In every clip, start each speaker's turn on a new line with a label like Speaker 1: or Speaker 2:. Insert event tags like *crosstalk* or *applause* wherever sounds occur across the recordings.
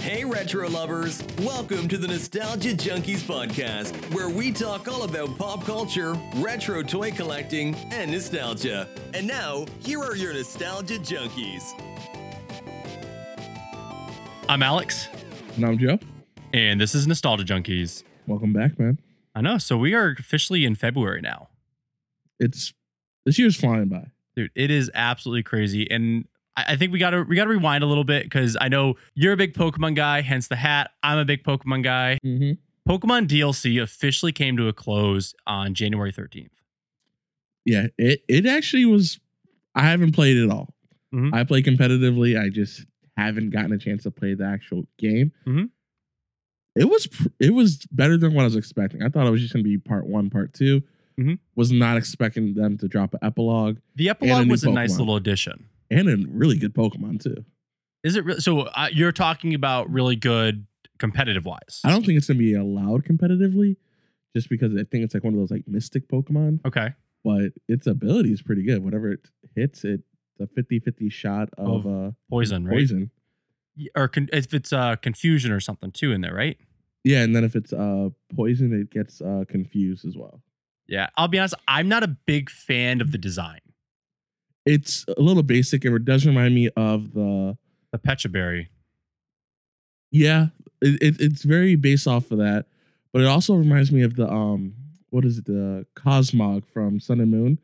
Speaker 1: Hey, retro lovers! Welcome to the Nostalgia Junkies podcast, where we talk all about pop culture, retro toy collecting, and nostalgia. And now, here are your Nostalgia Junkies.
Speaker 2: I'm Alex,
Speaker 3: And I'm Joe.
Speaker 2: and this is Nostalgia Junkies.
Speaker 3: Welcome back, man.
Speaker 2: I know, so we are officially in February now.
Speaker 3: It's this year's flying by.
Speaker 2: Dude, it is absolutely crazy. And I I think we gotta we gotta rewind a little bit because I know you're a big Pokemon guy, hence the hat. I'm a big Pokemon guy.
Speaker 3: Mm-hmm.
Speaker 2: Pokemon DLC officially came to a close on January 13th.
Speaker 3: Yeah, it it actually was. I haven't played it all.
Speaker 2: Mhm.
Speaker 3: I play competitively. I just haven't gotten a chance to play the actual game.
Speaker 2: Mhm.
Speaker 3: It was pr- it was better than what I was expecting. I thought it was just gonna be part one, part 2
Speaker 2: Mhm.
Speaker 3: Was not expecting them to drop an epilogue
Speaker 2: The
Speaker 3: And a
Speaker 2: epilogue
Speaker 3: new
Speaker 2: was a nice
Speaker 3: Pokemon.
Speaker 2: little addition.
Speaker 3: and a really good Pokemon too.
Speaker 2: Is it really, so? Uh, you're talking about really good competitive wise.
Speaker 3: I don't think it's gonna be allowed competitively, just because I think it's like one of those like mystic Pokemon.
Speaker 2: Okay,
Speaker 3: but its ability is pretty good. Whatever it hits, it a 50-50 shot of uh,
Speaker 2: poison, right?
Speaker 3: poison.
Speaker 2: Or con- if it's uh, confusion or something too in there, right?
Speaker 3: Yeah, and then if it's uh, poison, it gets uh, confused as well.
Speaker 2: Yeah, I'll be honest. I'm not a big fan of the design.
Speaker 3: It's a little basic. It does remind me of the
Speaker 2: The Pechaberry.
Speaker 3: yeah. It, it, it's very based off of that, but it also reminds me of the um what is it the Cosmog from Sun and Moon,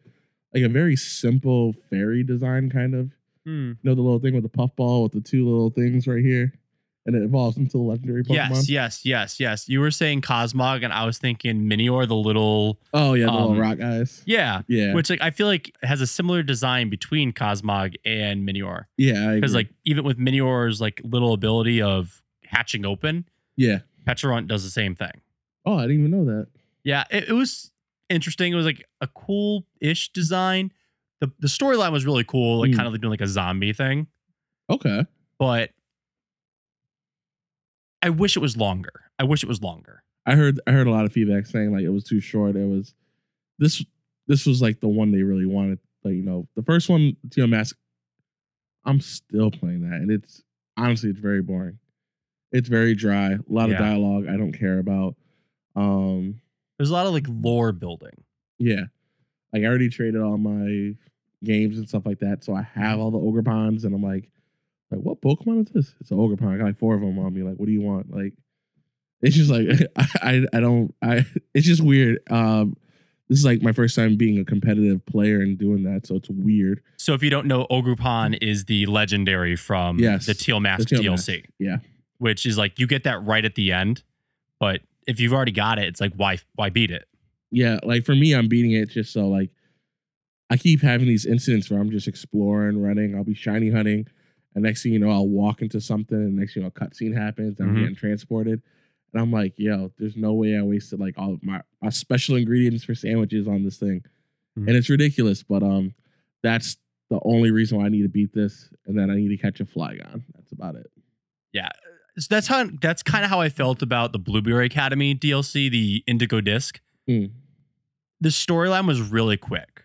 Speaker 3: like a very simple fairy design kind of.
Speaker 2: Hmm.
Speaker 3: You know the little thing with the puffball with the two little things right here, and it evolves into the legendary Pokemon.
Speaker 2: Yes, yes, yes, yes. You were saying Cosmog, and I was thinking Minior, the little
Speaker 3: Oh yeah, the
Speaker 2: Um,
Speaker 3: little rock eyes.
Speaker 2: yeah,
Speaker 3: Yeah.
Speaker 2: which like I feel like has a similar design between Cosmog and Minior
Speaker 3: yeah. I
Speaker 2: because
Speaker 3: agree.
Speaker 2: like even with Minior's like little ability of hatching open,
Speaker 3: yeah.
Speaker 2: Petrunt does the same thing.
Speaker 3: Oh, I didn't even know that.
Speaker 2: Yeah, it, it was interesting. It was like a cool ish design. The the storyline was really cool, like
Speaker 3: Hmm.
Speaker 2: kind of like doing like a zombie thing.
Speaker 3: Okay.
Speaker 2: but I wish it was longer. I wish it was longer.
Speaker 3: I heard I heard a lot of feedback saying like it was too short. It was this this was like the one they really wanted. Like you know, the first one, Geo Mask. I'm still playing that, and it's honestly it's very boring. It's very dry. A lot
Speaker 2: Yeah.
Speaker 3: of dialogue I don't care about. Um,
Speaker 2: There's a lot of like lore building.
Speaker 3: yeah, like I already traded all my games and stuff like that, so I have all the ogre ponds, and I'm like, like what Pokemon is this? It's an ogre pond. I got like four of them on me. Like, what do you want? Like, it's just like *laughs* I I don't I. *laughs* It's just weird. Um, this is like my first time being a competitive player and doing that, so it's weird.
Speaker 2: So if you don't know, Ogrupon is the legendary from
Speaker 3: Yes,
Speaker 2: the Teal Mask
Speaker 3: Teal
Speaker 2: DLC.
Speaker 3: yeah.
Speaker 2: Which is like you get that right at the end, but if you've already got it, it's like why why beat it?
Speaker 3: Yeah, like for me, I'm beating it just so like I keep having these incidents where I'm just exploring, running. I'll be shiny hunting, and next thing you know, I'll walk into something, and next thing you know, a cutscene happens, and
Speaker 2: Mhm.
Speaker 3: I'm getting transported, and I'm like, yo, there's no way I wasted like all of my, my special ingredients for sandwiches on this thing,
Speaker 2: Mhm.
Speaker 3: and it's ridiculous. But um, that's the only reason why I need to beat this, and then I need to catch a Flygon. That's about it.
Speaker 2: So that's how that's kind of how I felt about the Blueberry Academy DLC, the Indigo Disc.
Speaker 3: Mm.
Speaker 2: the storyline was really quick.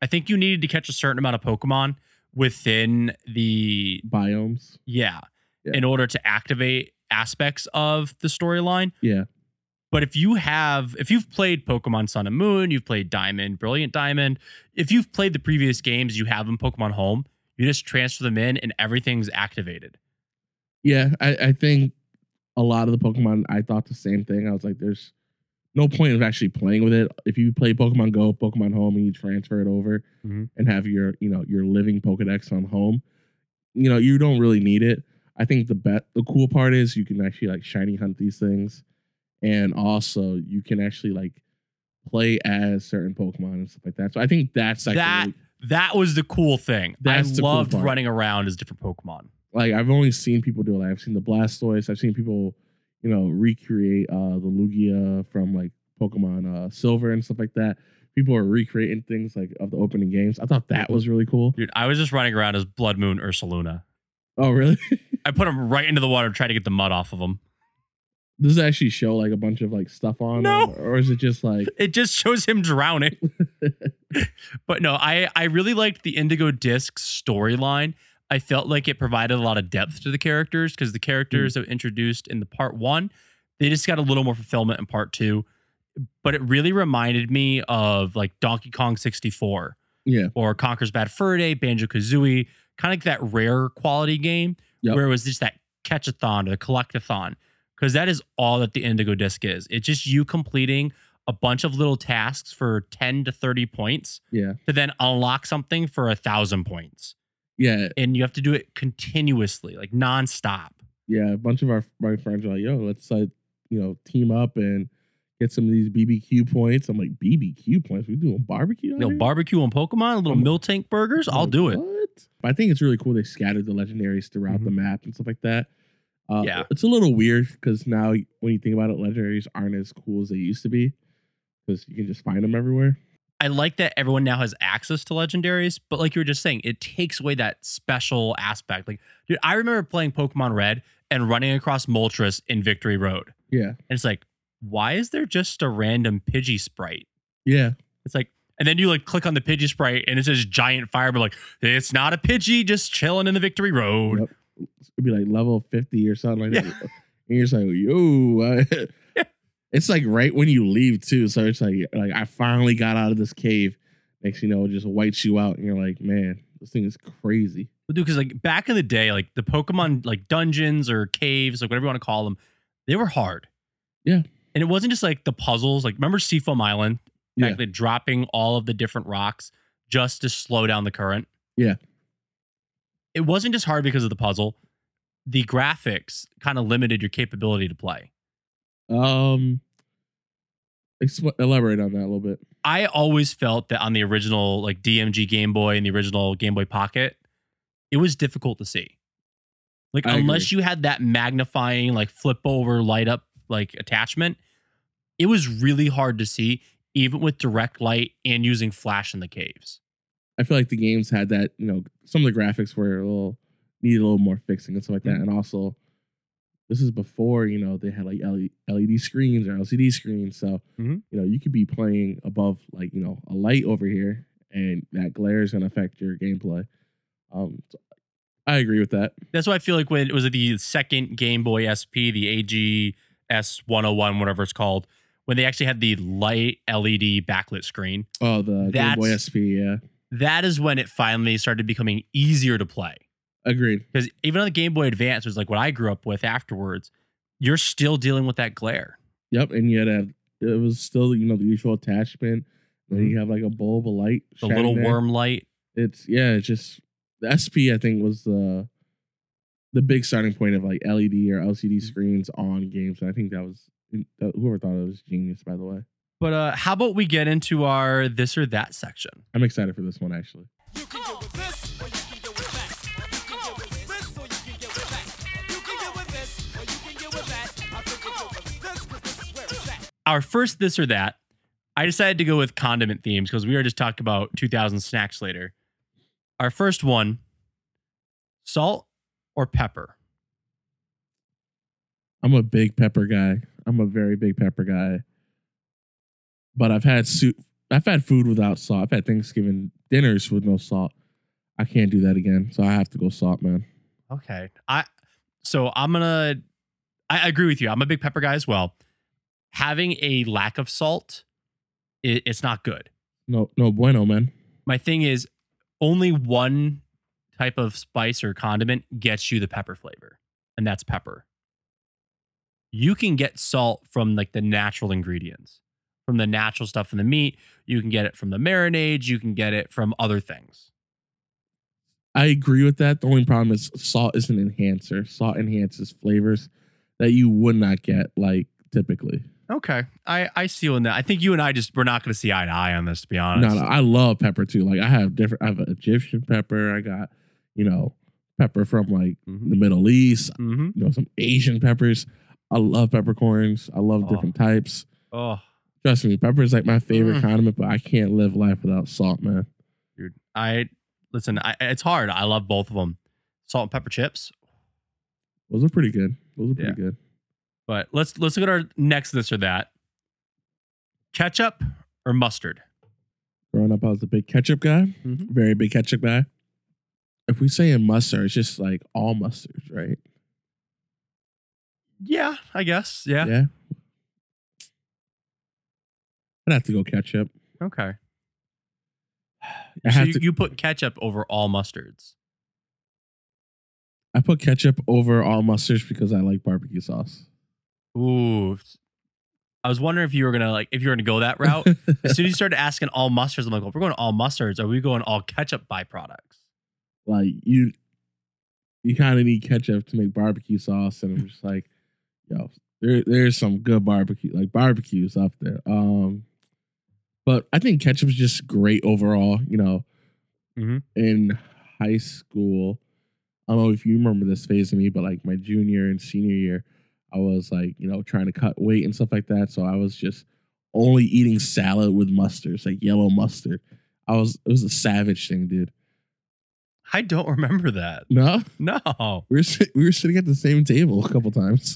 Speaker 2: I think you needed to catch a certain amount of Pokemon within the
Speaker 3: Biomes,
Speaker 2: yeah,
Speaker 3: Yeah.
Speaker 2: in order to activate aspects of the storyline.
Speaker 3: yeah,
Speaker 2: But if you have if you've played Pokemon Sun and Moon, you've played Diamond, Brilliant Diamond, if you've played the previous games you have in Pokemon Home, you just transfer them in and everything's activated.
Speaker 3: yeah. I, I think a lot of the Pokemon, I thought the same thing. I was like, there's no point of actually playing with it. If you play Pokemon Go, Pokemon Home, and you transfer it over
Speaker 2: Mhm.
Speaker 3: and have your, you know, your living Pokedex on home, you know, you don't really need it. I think the bet the cool part is you can actually like shiny hunt these things. And also you can actually like play as certain Pokemon and stuff like that. So I think that's actually
Speaker 2: That- That was the cool thing. I
Speaker 3: That's the cool
Speaker 2: loved
Speaker 3: part.
Speaker 2: running around as different Pokemon.
Speaker 3: like I've only seen people do it. Like I've seen the Blastoise. I've seen people, you know, recreate uh the Lugia from like Pokemon uh Silver and stuff like that. People are recreating things like of the opening games. I thought that was really cool. *laughs*
Speaker 2: Dude, I was just running around as Blood Moon Ursaluna.
Speaker 3: Oh, really? *laughs*
Speaker 2: I put him right into the water to try to get the mud off of him.
Speaker 3: Does it actually show like a bunch of like stuff on
Speaker 2: No.
Speaker 3: them, or is it just like
Speaker 2: It just shows him
Speaker 3: *laughs*
Speaker 2: drowning. but no, I I really liked the Indigo Disc storyline. I felt like it provided a lot of depth to the characters because the
Speaker 3: Mm.
Speaker 2: characters that were introduced in the part one, they just got a little more fulfillment in part two. But it really reminded me of like Donkey Kong 64
Speaker 3: Yeah.
Speaker 2: or Conker's Bad Fur Day, Banjo Kazooie, kind of like that rare quality game
Speaker 3: Yep.
Speaker 2: where it was just that catchathon or the collectathon. Because that is all that the Indigo Disc is. It's just you completing a bunch of little tasks for 10 to 30 points
Speaker 3: Yeah.
Speaker 2: to then unlock something for a thousand points.
Speaker 3: Yeah.
Speaker 2: And you have to do it continuously, like nonstop.
Speaker 3: Yeah. A bunch of our my friends are like, yo, let's like, you know, team up and get some of these BBQ points. I'm like, BBQ points? We doing barbecue? out
Speaker 2: You know,
Speaker 3: here?"
Speaker 2: barbecue on Pokemon, little
Speaker 3: I'm-
Speaker 2: mill tank burgers.
Speaker 3: I'm
Speaker 2: I'll
Speaker 3: like,
Speaker 2: do it. Mm-hmm.
Speaker 3: What? But I think it's really cool they scattered the legendaries throughout the map and stuff like that. Uh,
Speaker 2: Yeah.
Speaker 3: It's a little weird because now when you think about it, legendaries aren't as cool as they used to be because you can just find them everywhere.
Speaker 2: I like that everyone now has access to legendaries, but like you were just saying, it takes away that special aspect. Like, dude, I remember playing Pokemon Red and running across Moltres in Victory Road.
Speaker 3: Yeah.
Speaker 2: And it's like, why is there just a random Pidgey sprite?
Speaker 3: Yeah.
Speaker 2: It's like, and then you like click on the Pidgey sprite and it says giant fire, but like, it's not a Pidgey just chilling in the Victory Road.
Speaker 3: Yep. It'd be like level 50 or something
Speaker 2: *laughs*
Speaker 3: like
Speaker 2: Yeah.
Speaker 3: that. And you're just like, yo. I- *laughs* It's like right when you leave too. So it's like, like I finally got out of this cave. Next, thing you know, it just wipes you out, and you're like, man, this thing is crazy.
Speaker 2: Well, dude, because like back in the day, like the Pokemon like dungeons or caves, like whatever you want to call them, they were hard.
Speaker 3: Yeah.
Speaker 2: And it wasn't just like the puzzles. Like remember Seafoam Island,
Speaker 3: Yeah.
Speaker 2: Actually dropping all of the different rocks just to slow down the current.
Speaker 3: Yeah.
Speaker 2: It wasn't just hard because of the puzzle. The graphics kind of limited your capability to play.
Speaker 3: Um, exp- elaborate on that a little bit.
Speaker 2: I always felt that on the original like DMG Game Boy and the original Game Boy Pocket, it was difficult to see. Like
Speaker 3: I
Speaker 2: unless you had that magnifying like flip over light up like attachment, it was really hard to see even with direct light and using flash in the caves.
Speaker 3: I feel like the games had that, you know, some of the graphics were a little needed a little more fixing and stuff like that.
Speaker 2: Mm-hmm.
Speaker 3: And also, this is before you know they had like L- LED screens or LCD screens, so
Speaker 2: Mhm.
Speaker 3: you know you could be playing above like you know a light over here, and that glare is gonna affect your gameplay. Um, so I agree with that.
Speaker 2: That's why I feel like when it was the second Game Boy SP, the AGS 101, whatever it's called, when they actually had the light LED backlit screen,
Speaker 3: Oh, the Game Boy
Speaker 2: That's-
Speaker 3: SP, yeah,
Speaker 2: that is when it finally started becoming easier to play.
Speaker 3: agreed.
Speaker 2: because even on the Game Boy Advance, was like what I grew up with afterwards. You're still dealing with that glare.
Speaker 3: Yep, and you had to have it was still you know the usual attachment. Then you have like a bulb of light,
Speaker 2: Mm-hmm. The
Speaker 3: shining
Speaker 2: little
Speaker 3: there.
Speaker 2: worm light.
Speaker 3: it's yeah, it's just the SP I think was the the big starting point of like LED or LCD screens on games, and I think that was uh, whoever thought it was genius. By the way,
Speaker 2: But uh, how about we get into our this or that section?
Speaker 3: I'm excited for this one actually.
Speaker 4: You can deal with this, or you can deal with that. You can deal with this, or you can deal with that. You can deal with this, or you can deal with that. I think it's over this, 'cause this is where it's at.
Speaker 2: Our first this or that. I decided to go with condiment themes because we were just talking about 2000 snacks later. Our first one: salt or pepper.
Speaker 3: I'm a big pepper guy. I'm a very big pepper guy. But I've had soup. I've had food without salt. I've had Thanksgiving dinners with no salt. I can't do that again, so I have to go salt, man.
Speaker 2: Okay. I so I'm gonna I agree with you. I'm a big pepper guy as well. Having a lack of salt, it, it's not good.
Speaker 3: No, no bueno, man.
Speaker 2: my thing is only one type of spice or condiment gets you the pepper flavor, and that's pepper. You can get salt from like the natural ingredients, from the natural stuff in the meat. You can get it from the marinades. You can get it from other things.
Speaker 3: I agree with that. The only problem is salt is an enhancer. Salt enhances flavors that you would not get like typically.
Speaker 2: Okay, I I see on that. I think you and I just we're not going to see eye to eye on this. To be honest,
Speaker 3: No, no, I love pepper too. Like I have different. I have Egyptian pepper. I got you know pepper from like the Middle East.
Speaker 2: Mm-hmm.
Speaker 3: You know some Asian peppers. I love peppercorns. I love
Speaker 2: Oh.
Speaker 3: different types.
Speaker 2: Oh,
Speaker 3: Trust me, pepper is like my favorite
Speaker 2: Mm.
Speaker 3: condiment, but I can't live life without salt, man.
Speaker 2: dude, I listen. I, it's hard. I love both of them, salt and pepper chips.
Speaker 3: Those are pretty good. Those are pretty good.
Speaker 2: But let's let's look at our next this or that. Ketchup or mustard?
Speaker 3: Growing up, I was a big ketchup guy.
Speaker 2: Mhm.
Speaker 3: Very big ketchup guy. if we say a mustard, it's just like all mustards, right?
Speaker 2: Yeah, I guess. Yeah.
Speaker 3: I'd have to go ketchup.
Speaker 2: Okay.
Speaker 3: I
Speaker 2: So
Speaker 3: have
Speaker 2: you,
Speaker 3: to.
Speaker 2: you put ketchup over all mustards.
Speaker 3: I put ketchup over all mustards because I like
Speaker 2: *laughs*
Speaker 3: barbecue sauce.
Speaker 2: Ooh. I was wondering if you were gonna like if you were gonna go that
Speaker 3: *laughs*
Speaker 2: route. as soon as you started asking all mustards, I'm like, well, if we're going all mustards, are we going all ketchup byproducts?
Speaker 3: like you, you kind of need ketchup to make barbecue sauce, and I'm just like, yo, there, there's some good barbecue, like barbecues up there. Um, but I think ketchup is just great overall. You know,
Speaker 2: Mhm.
Speaker 3: in high school, I don't know if you remember this phase of me, but like my junior and senior year, I was like, you know, trying to cut weight and stuff like that. So I was just only eating salad with mustards, like yellow mustard. I was it was a savage thing, dude.
Speaker 2: I don't remember that.
Speaker 3: No,
Speaker 2: No.
Speaker 3: we were sit- we were sitting at the same table a
Speaker 2: *laughs*
Speaker 3: couple times.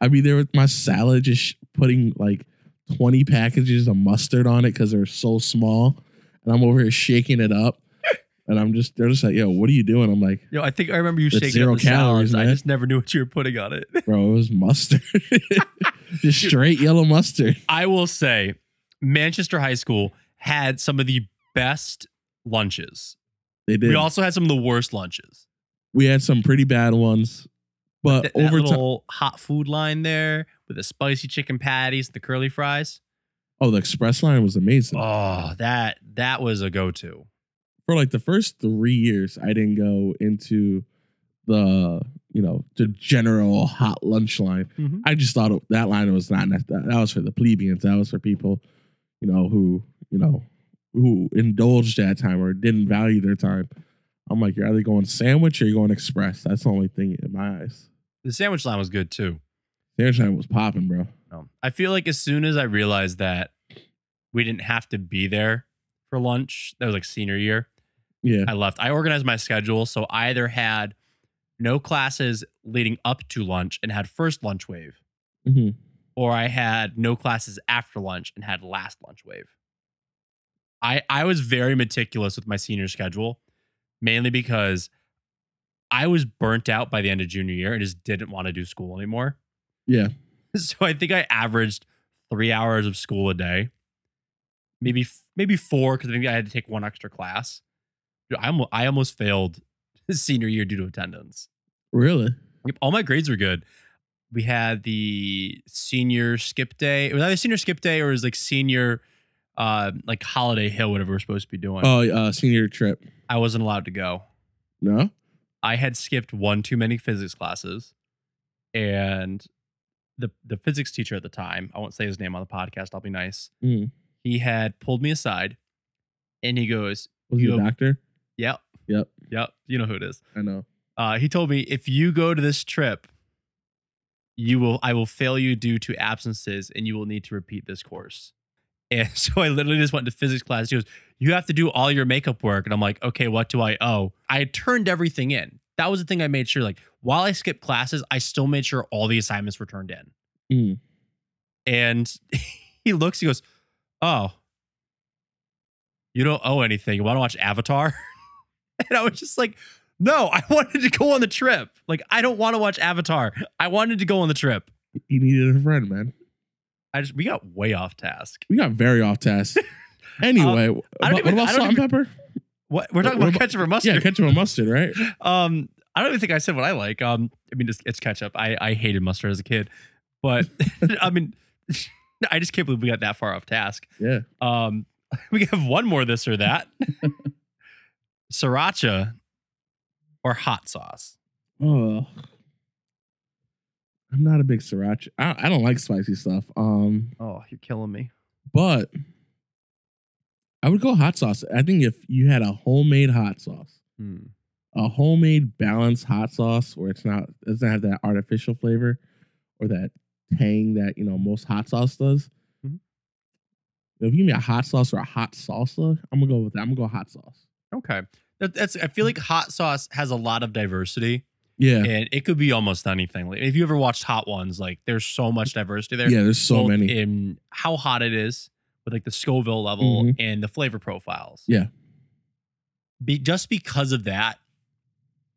Speaker 3: I mean, there with my salad, just sh- putting like twenty packages of mustard on it because they're so small, and I'm over here shaking it
Speaker 2: *laughs*
Speaker 3: up, and I'm just they're just like, "Yo, what are you doing?" I'm like,
Speaker 2: Yo, I think I remember you
Speaker 3: That's
Speaker 2: shaking
Speaker 3: zero
Speaker 2: up the salads.
Speaker 3: calories,
Speaker 2: I
Speaker 3: man.
Speaker 2: just never knew what you were putting on it. *laughs*
Speaker 3: "Bro, it was mustard, *laughs* just straight yellow mustard."
Speaker 2: I will say, Manchester High School had some of the best lunches.
Speaker 3: They did.
Speaker 2: We
Speaker 3: We,
Speaker 2: also had some of the worst lunches.
Speaker 3: had some pretty bad ones, but
Speaker 2: That, that
Speaker 3: over time,
Speaker 2: little hot food line there with the spicy chicken patties, the curly fries.
Speaker 3: oh, the express line was amazing.
Speaker 2: Oh, that that was a go-to.
Speaker 3: for like the first three years, I didn't go into the you know the general hot lunch line.
Speaker 2: Mhm.
Speaker 3: I just thought that line was not that, that was for the plebeians. That was for people you know who you know who indulged that time or didn't value their time. I'm like, you're either going sandwich or you're going express. That's the only thing in my eyes.
Speaker 2: The sandwich line was good too.
Speaker 3: Sandwich line was popping, bro.
Speaker 2: Um, I feel like as soon as I realized that we didn't have to be there for lunch, that was like senior year,
Speaker 3: Yeah,
Speaker 2: I left. I organized my schedule. So I either had no classes leading up to lunch and had first lunch wave,
Speaker 3: Mhm.
Speaker 2: or I had no classes after lunch and had last lunch wave. I, I was very meticulous with my senior schedule, mainly because I was burnt out by the end of junior year and just didn't want to do school anymore.
Speaker 3: yeah.
Speaker 2: *laughs* So I think I averaged three hours of school a day, maybe maybe four because I think I had to take one extra class. Dude, I almost, I almost failed *laughs* senior year due to attendance.
Speaker 3: Really?
Speaker 2: Yep, all my grades were good. We had the senior skip day. It was either senior skip day or it was like senior, uh, like holiday hill, whatever we're supposed to be doing.
Speaker 3: Oh, uh, senior trip.
Speaker 2: I wasn't allowed to go.
Speaker 3: No.
Speaker 2: I had skipped one too many physics classes, and the the physics teacher at the time, I won't say his name on the podcast. I'll be nice.
Speaker 3: Mm.
Speaker 2: He had pulled me aside, and he goes,
Speaker 3: Was you
Speaker 2: You-
Speaker 3: a doctor?
Speaker 2: "Yep,
Speaker 3: Yep.
Speaker 2: yep, you know who it is."
Speaker 3: I know.
Speaker 2: Uh, he told me, "If you go to this trip, you will I will fail you due to absences, and you will need to repeat this course." And *laughs* so I literally just went to physics class. He goes, "You have to do all your makeup work," and I'm like, "Okay, what do I owe?" I had turned everything in. That was the thing I made sure. Like while I skipped classes, I still made sure all the assignments were turned in.
Speaker 3: Mm.
Speaker 2: And *laughs* he looks, he goes, "Oh, you don't owe anything. You want to watch Avatar?" *laughs* and I was just like, "No, I *laughs* wanted to go on the trip. Like I don't want to watch Avatar. I wanted to go on the trip."
Speaker 3: He needed a friend, man.
Speaker 2: I just we got way off task.
Speaker 3: We got very off
Speaker 2: *laughs*
Speaker 3: task. Anyway,
Speaker 2: Uh, I don't
Speaker 3: what,
Speaker 2: even-
Speaker 3: what
Speaker 2: I
Speaker 3: about
Speaker 2: don't
Speaker 3: salt and
Speaker 2: even- *laughs*
Speaker 3: pepper?
Speaker 2: What we're talking
Speaker 3: What
Speaker 2: about
Speaker 3: about-
Speaker 2: ketchup or mustard?
Speaker 3: Yeah, ketchup and mustard, right?
Speaker 2: um i don't even think i said what i like um i mean it's, it's ketchup i i hated mustard as a kid but *laughs* i mean i just can't believe we got that far off task
Speaker 3: Yeah.
Speaker 2: um *laughs* we have one more this or *laughs* that sriracha or hot sauce
Speaker 3: Oh, I'm not a big sriracha. I, I don't like spicy stuff. Um,
Speaker 2: oh you're killing me
Speaker 3: but I would go hot sauce. I think if you had a homemade hot sauce, a homemade balanced hot sauce where it's not doesn't have that artificial flavor or that tang that you know most hot sauce does.
Speaker 2: Mhm. Mm-hmm.
Speaker 3: If you give me a hot sauce or a hot salsa, I'm gonna go with that. I'm gonna go hot sauce.
Speaker 2: okay that, that's i feel like hot sauce has a lot of diversity
Speaker 3: Yeah,
Speaker 2: and it could be almost anything like if you ever watched hot ones like there's so much diversity there
Speaker 3: yeah. There's so
Speaker 2: both
Speaker 3: many.
Speaker 2: in how hot it is with like the Scoville level
Speaker 3: Mhm.
Speaker 2: and the flavor profiles.
Speaker 3: Yeah.
Speaker 2: Be, just because of that,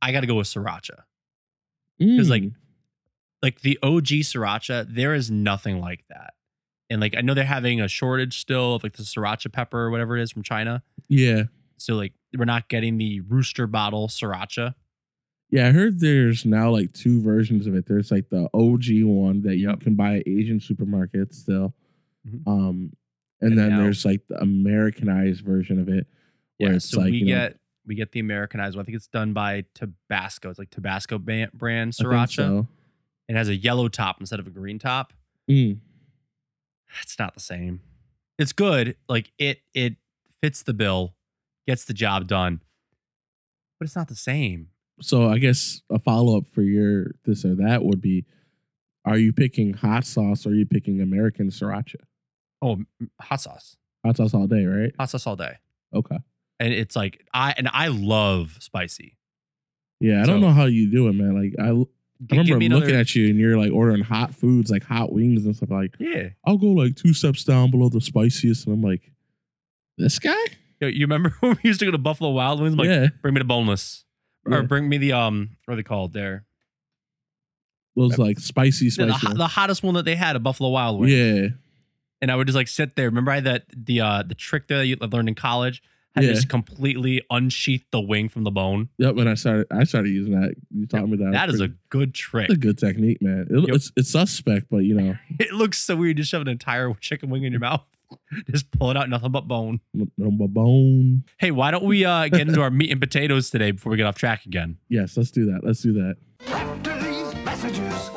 Speaker 2: I got to go with sriracha. 'Cause, like,
Speaker 3: Mm.
Speaker 2: Like the OG sriracha, there is nothing like that. And like I know they're having a shortage still of like the sriracha pepper or whatever it is from China.
Speaker 3: yeah,
Speaker 2: So like we're not getting the rooster bottle sriracha.
Speaker 3: yeah. I heard there's now like two versions of it. There's like the OG one that you
Speaker 2: Yep.
Speaker 3: can buy at Asian supermarkets still,
Speaker 2: Mhm.
Speaker 3: um, and,
Speaker 2: And
Speaker 3: then
Speaker 2: now-
Speaker 3: there's like the Americanized version of it where
Speaker 2: Yeah,
Speaker 3: it's
Speaker 2: so
Speaker 3: like
Speaker 2: we
Speaker 3: you know,
Speaker 2: get we get the Americanized one. I think it's done by Tabasco. It's like Tabasco ban- brand
Speaker 3: I think
Speaker 2: sriracha.
Speaker 3: so.
Speaker 2: It has a yellow top instead of a green top.
Speaker 3: Mm.
Speaker 2: It's not the same. It's good. Like it it fits the bill, gets the job done. But it's not the same.
Speaker 3: So I guess a follow up for your this or that would be: Are you picking hot sauce or are you picking American sriracha?
Speaker 2: Oh, m- hot sauce.
Speaker 3: Hot sauce all day, right?
Speaker 2: Hot sauce all day.
Speaker 3: Okay.
Speaker 2: And it's like I and I love spicy.
Speaker 3: Yeah, I don't
Speaker 2: So-
Speaker 3: know how you do it, man. Like I, l- I
Speaker 2: G- give
Speaker 3: remember
Speaker 2: me
Speaker 3: looking
Speaker 2: another-
Speaker 3: at you and you're like ordering hot foods, like hot wings and stuff. Like
Speaker 2: Yeah.
Speaker 3: I'll go like two steps down below the spiciest, and I'm like, this guy.
Speaker 2: Yo, you remember *laughs* when we used to go to Buffalo Wild Wings? I'm like,
Speaker 3: yeah,
Speaker 2: bring me the boneless.
Speaker 3: Yeah.
Speaker 2: Or bring me the um what are they called there?
Speaker 3: those like spicy,
Speaker 2: The,
Speaker 3: spicy.
Speaker 2: the, ho- the hottest one that they had at Buffalo Wild
Speaker 3: ones.
Speaker 2: Wings.
Speaker 3: yeah,
Speaker 2: and I would just like sit there. Remember I had that the uh the trick there that you learned in college? How to
Speaker 3: Yeah.
Speaker 2: just completely unsheath the wing from the bone.
Speaker 3: yep. And I started, I started using that. You taught me that.
Speaker 2: That is a
Speaker 3: Pretty-
Speaker 2: good trick.
Speaker 3: that's a good technique, man. It,
Speaker 2: Yep.
Speaker 3: It's it's suspect, but you know,
Speaker 2: *laughs* It looks so weird. Just shove an entire chicken wing in your mouth, *laughs* just pulling out nothing but bone.
Speaker 3: number bone.
Speaker 2: Hey, why don't we uh, get into our meat and potatoes today before we get off track again?
Speaker 3: Yes, let's do that. Let's do that.
Speaker 5: After these messages,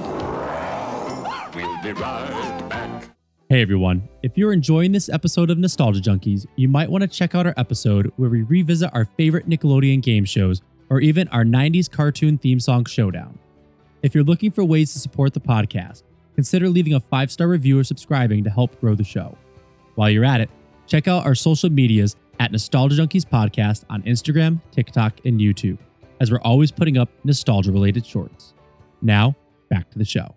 Speaker 5: we'll be right back.
Speaker 2: Hey everyone, if you're enjoying this episode of Nostalgia Junkies, you might want to check out our episode where we revisit our favorite Nickelodeon game shows or even our 90s cartoon theme song showdown. If you're looking for ways to support the podcast, consider leaving a five star review or subscribing to help grow the show. While you're at it, check out our social medias at Nostalgia Junkies Podcast on Instagram, TikTok, and YouTube, as we're always putting up nostalgia related shorts. Now, back to the show.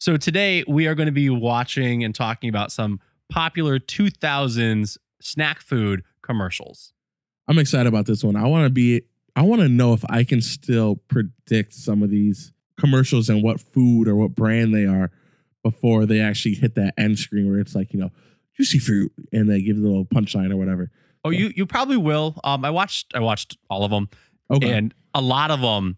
Speaker 2: So today we are going to be watching and talking about some popular 2000s snack food commercials.
Speaker 3: I'm excited about this one. I want to be. I want to know if I can still predict some of these commercials and what food or what brand they are before they actually hit that end screen where it's like you know juicy fruit and they give you a little punchline or whatever.
Speaker 2: Oh, you you probably will. Um, I watched I watched all of them,
Speaker 3: Okay.
Speaker 2: and a lot of them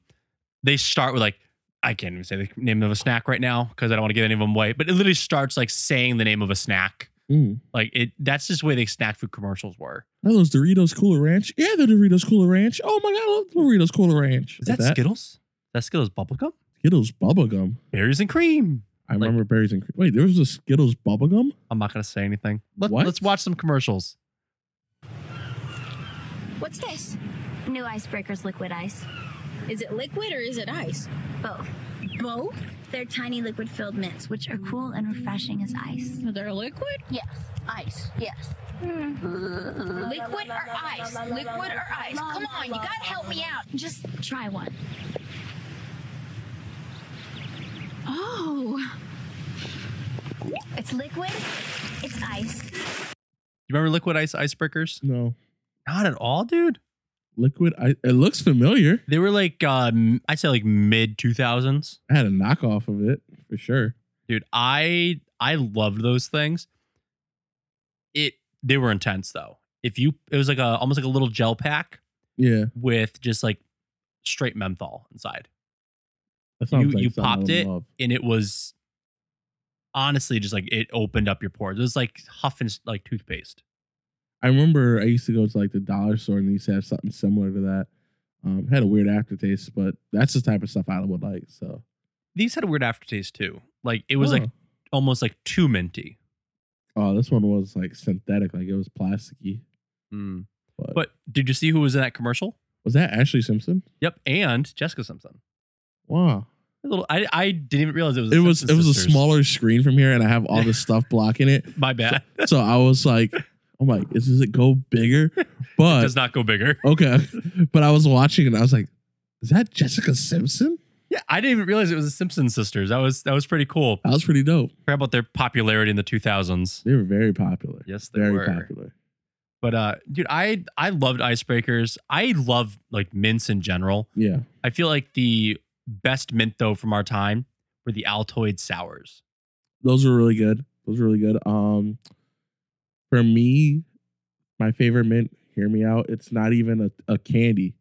Speaker 2: they start with like I can't even say the name of a snack right now because I don't want to give any of them away. But it literally starts like saying the name of a snack.
Speaker 3: Mm.
Speaker 2: Like it that's just the way the snack food commercials were.
Speaker 3: Are those Doritos Cooler Ranch? Yeah, they're Doritos Cooler Ranch. Oh my god, I love Doritos Cooler Ranch.
Speaker 2: Is that, Skittles? Is that Skittles bubblegum?
Speaker 3: Skittles bubblegum?
Speaker 2: Berries and cream.
Speaker 3: I remember berries and cream. Wait, there was a Skittles bubblegum?
Speaker 2: I'm not gonna say anything. Let,
Speaker 3: What?
Speaker 2: let's watch some commercials.
Speaker 6: What's this?
Speaker 7: New icebreakers, liquid ice.
Speaker 6: Is it liquid or is it ice?
Speaker 7: Both.
Speaker 6: Both?
Speaker 7: They're tiny liquid filled mints, which are cool and refreshing as ice.
Speaker 6: They're liquid?
Speaker 7: Yes. Ice. Yes.
Speaker 6: Liquid or ice? Liquid or ice? Come on, you gotta help me out.
Speaker 7: Just try one.
Speaker 6: Oh.
Speaker 7: It's liquid, it's ice.
Speaker 2: You remember Liquid Ice Icebreakers?
Speaker 3: No,
Speaker 2: Not at all, dude.
Speaker 3: liquid. I, it looks familiar.
Speaker 2: They were like um I'd say like mid 2000s.
Speaker 3: I had a knockoff of it for sure.
Speaker 2: Dude, I I loved those things. It they were intense though. If you it was like a almost like a little gel pack
Speaker 3: Yeah,
Speaker 2: with just like straight menthol inside.
Speaker 3: that sounds
Speaker 2: You-
Speaker 3: like
Speaker 2: you
Speaker 3: something I
Speaker 2: popped
Speaker 3: would
Speaker 2: it?
Speaker 3: love.
Speaker 2: And it was honestly just like it opened up your pores. It was like huffing like toothpaste.
Speaker 3: I remember I used to go to like the dollar store and they used to have something similar to that. Um, had a weird aftertaste, but that's the type of stuff I would like. So
Speaker 2: These had a weird aftertaste too. Like it was
Speaker 3: oh.
Speaker 2: like almost like too minty.
Speaker 3: oh, this one was like synthetic, like it was plasticky.
Speaker 2: Mm.
Speaker 3: But,
Speaker 2: But did you see who was in that commercial?
Speaker 3: was that Ashley Simpson?
Speaker 2: Yep, and Jessica Simpson.
Speaker 3: Wow,
Speaker 2: A little. I, I didn't even realize it was.
Speaker 3: it was it
Speaker 2: Simpson
Speaker 3: was a
Speaker 2: Sisters.
Speaker 3: smaller screen from here, and I have
Speaker 2: *laughs*
Speaker 3: all this stuff blocking it.
Speaker 2: My bad.
Speaker 3: So I was like, I'm like, is does it go
Speaker 2: *laughs*
Speaker 3: bigger? *laughs* But
Speaker 2: Does not go bigger.
Speaker 3: okay, *laughs* but I was watching and I was like, is that Jessica Simpson?
Speaker 2: Yeah, I didn't even realize it was the Simpson sisters. That was that was pretty cool.
Speaker 3: That was pretty dope.
Speaker 2: Forgot about their popularity in the 2000s.
Speaker 3: They were very popular.
Speaker 2: Yes, they
Speaker 3: very
Speaker 2: were.
Speaker 3: popular.
Speaker 2: But uh, dude, I I loved icebreakers. I love like mints in general.
Speaker 3: Yeah.
Speaker 2: I feel like the best mint though from our time were the Altoid sours.
Speaker 3: Those are really good. Those are really good. Um, for me, my favorite mint. Hear me out. It's not even a, a candy.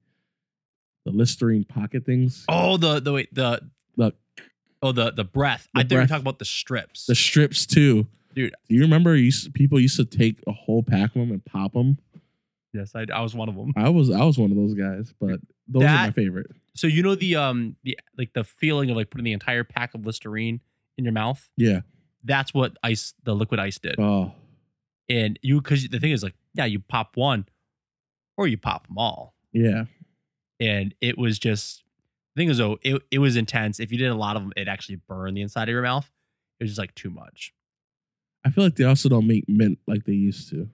Speaker 3: The Listerine pocket things.
Speaker 2: Oh, the the wait the
Speaker 3: Look,
Speaker 2: oh the the breath.
Speaker 3: The
Speaker 2: I think we're
Speaker 3: breath.
Speaker 2: talking about the strips.
Speaker 3: the strips too,
Speaker 2: Dude.
Speaker 3: Do you remember? You used, people used to take a whole pack of them and pop them.
Speaker 2: yes, I, I was one of them.
Speaker 3: I was I was one of those guys, but those are my
Speaker 2: That-
Speaker 3: favorite.
Speaker 2: So you know the um the like the feeling of like putting the entire pack of Listerine in your mouth.
Speaker 3: Yeah.
Speaker 2: That's what ice the liquid ice did.
Speaker 3: Oh,
Speaker 2: and you because the thing is like yeah you pop one or you pop them all
Speaker 3: yeah.
Speaker 2: and it was just the thing is though it, it was intense if you did a lot of them it actually burned the inside of your mouth it was just like too much
Speaker 3: I feel like they also don't make mint like they used to.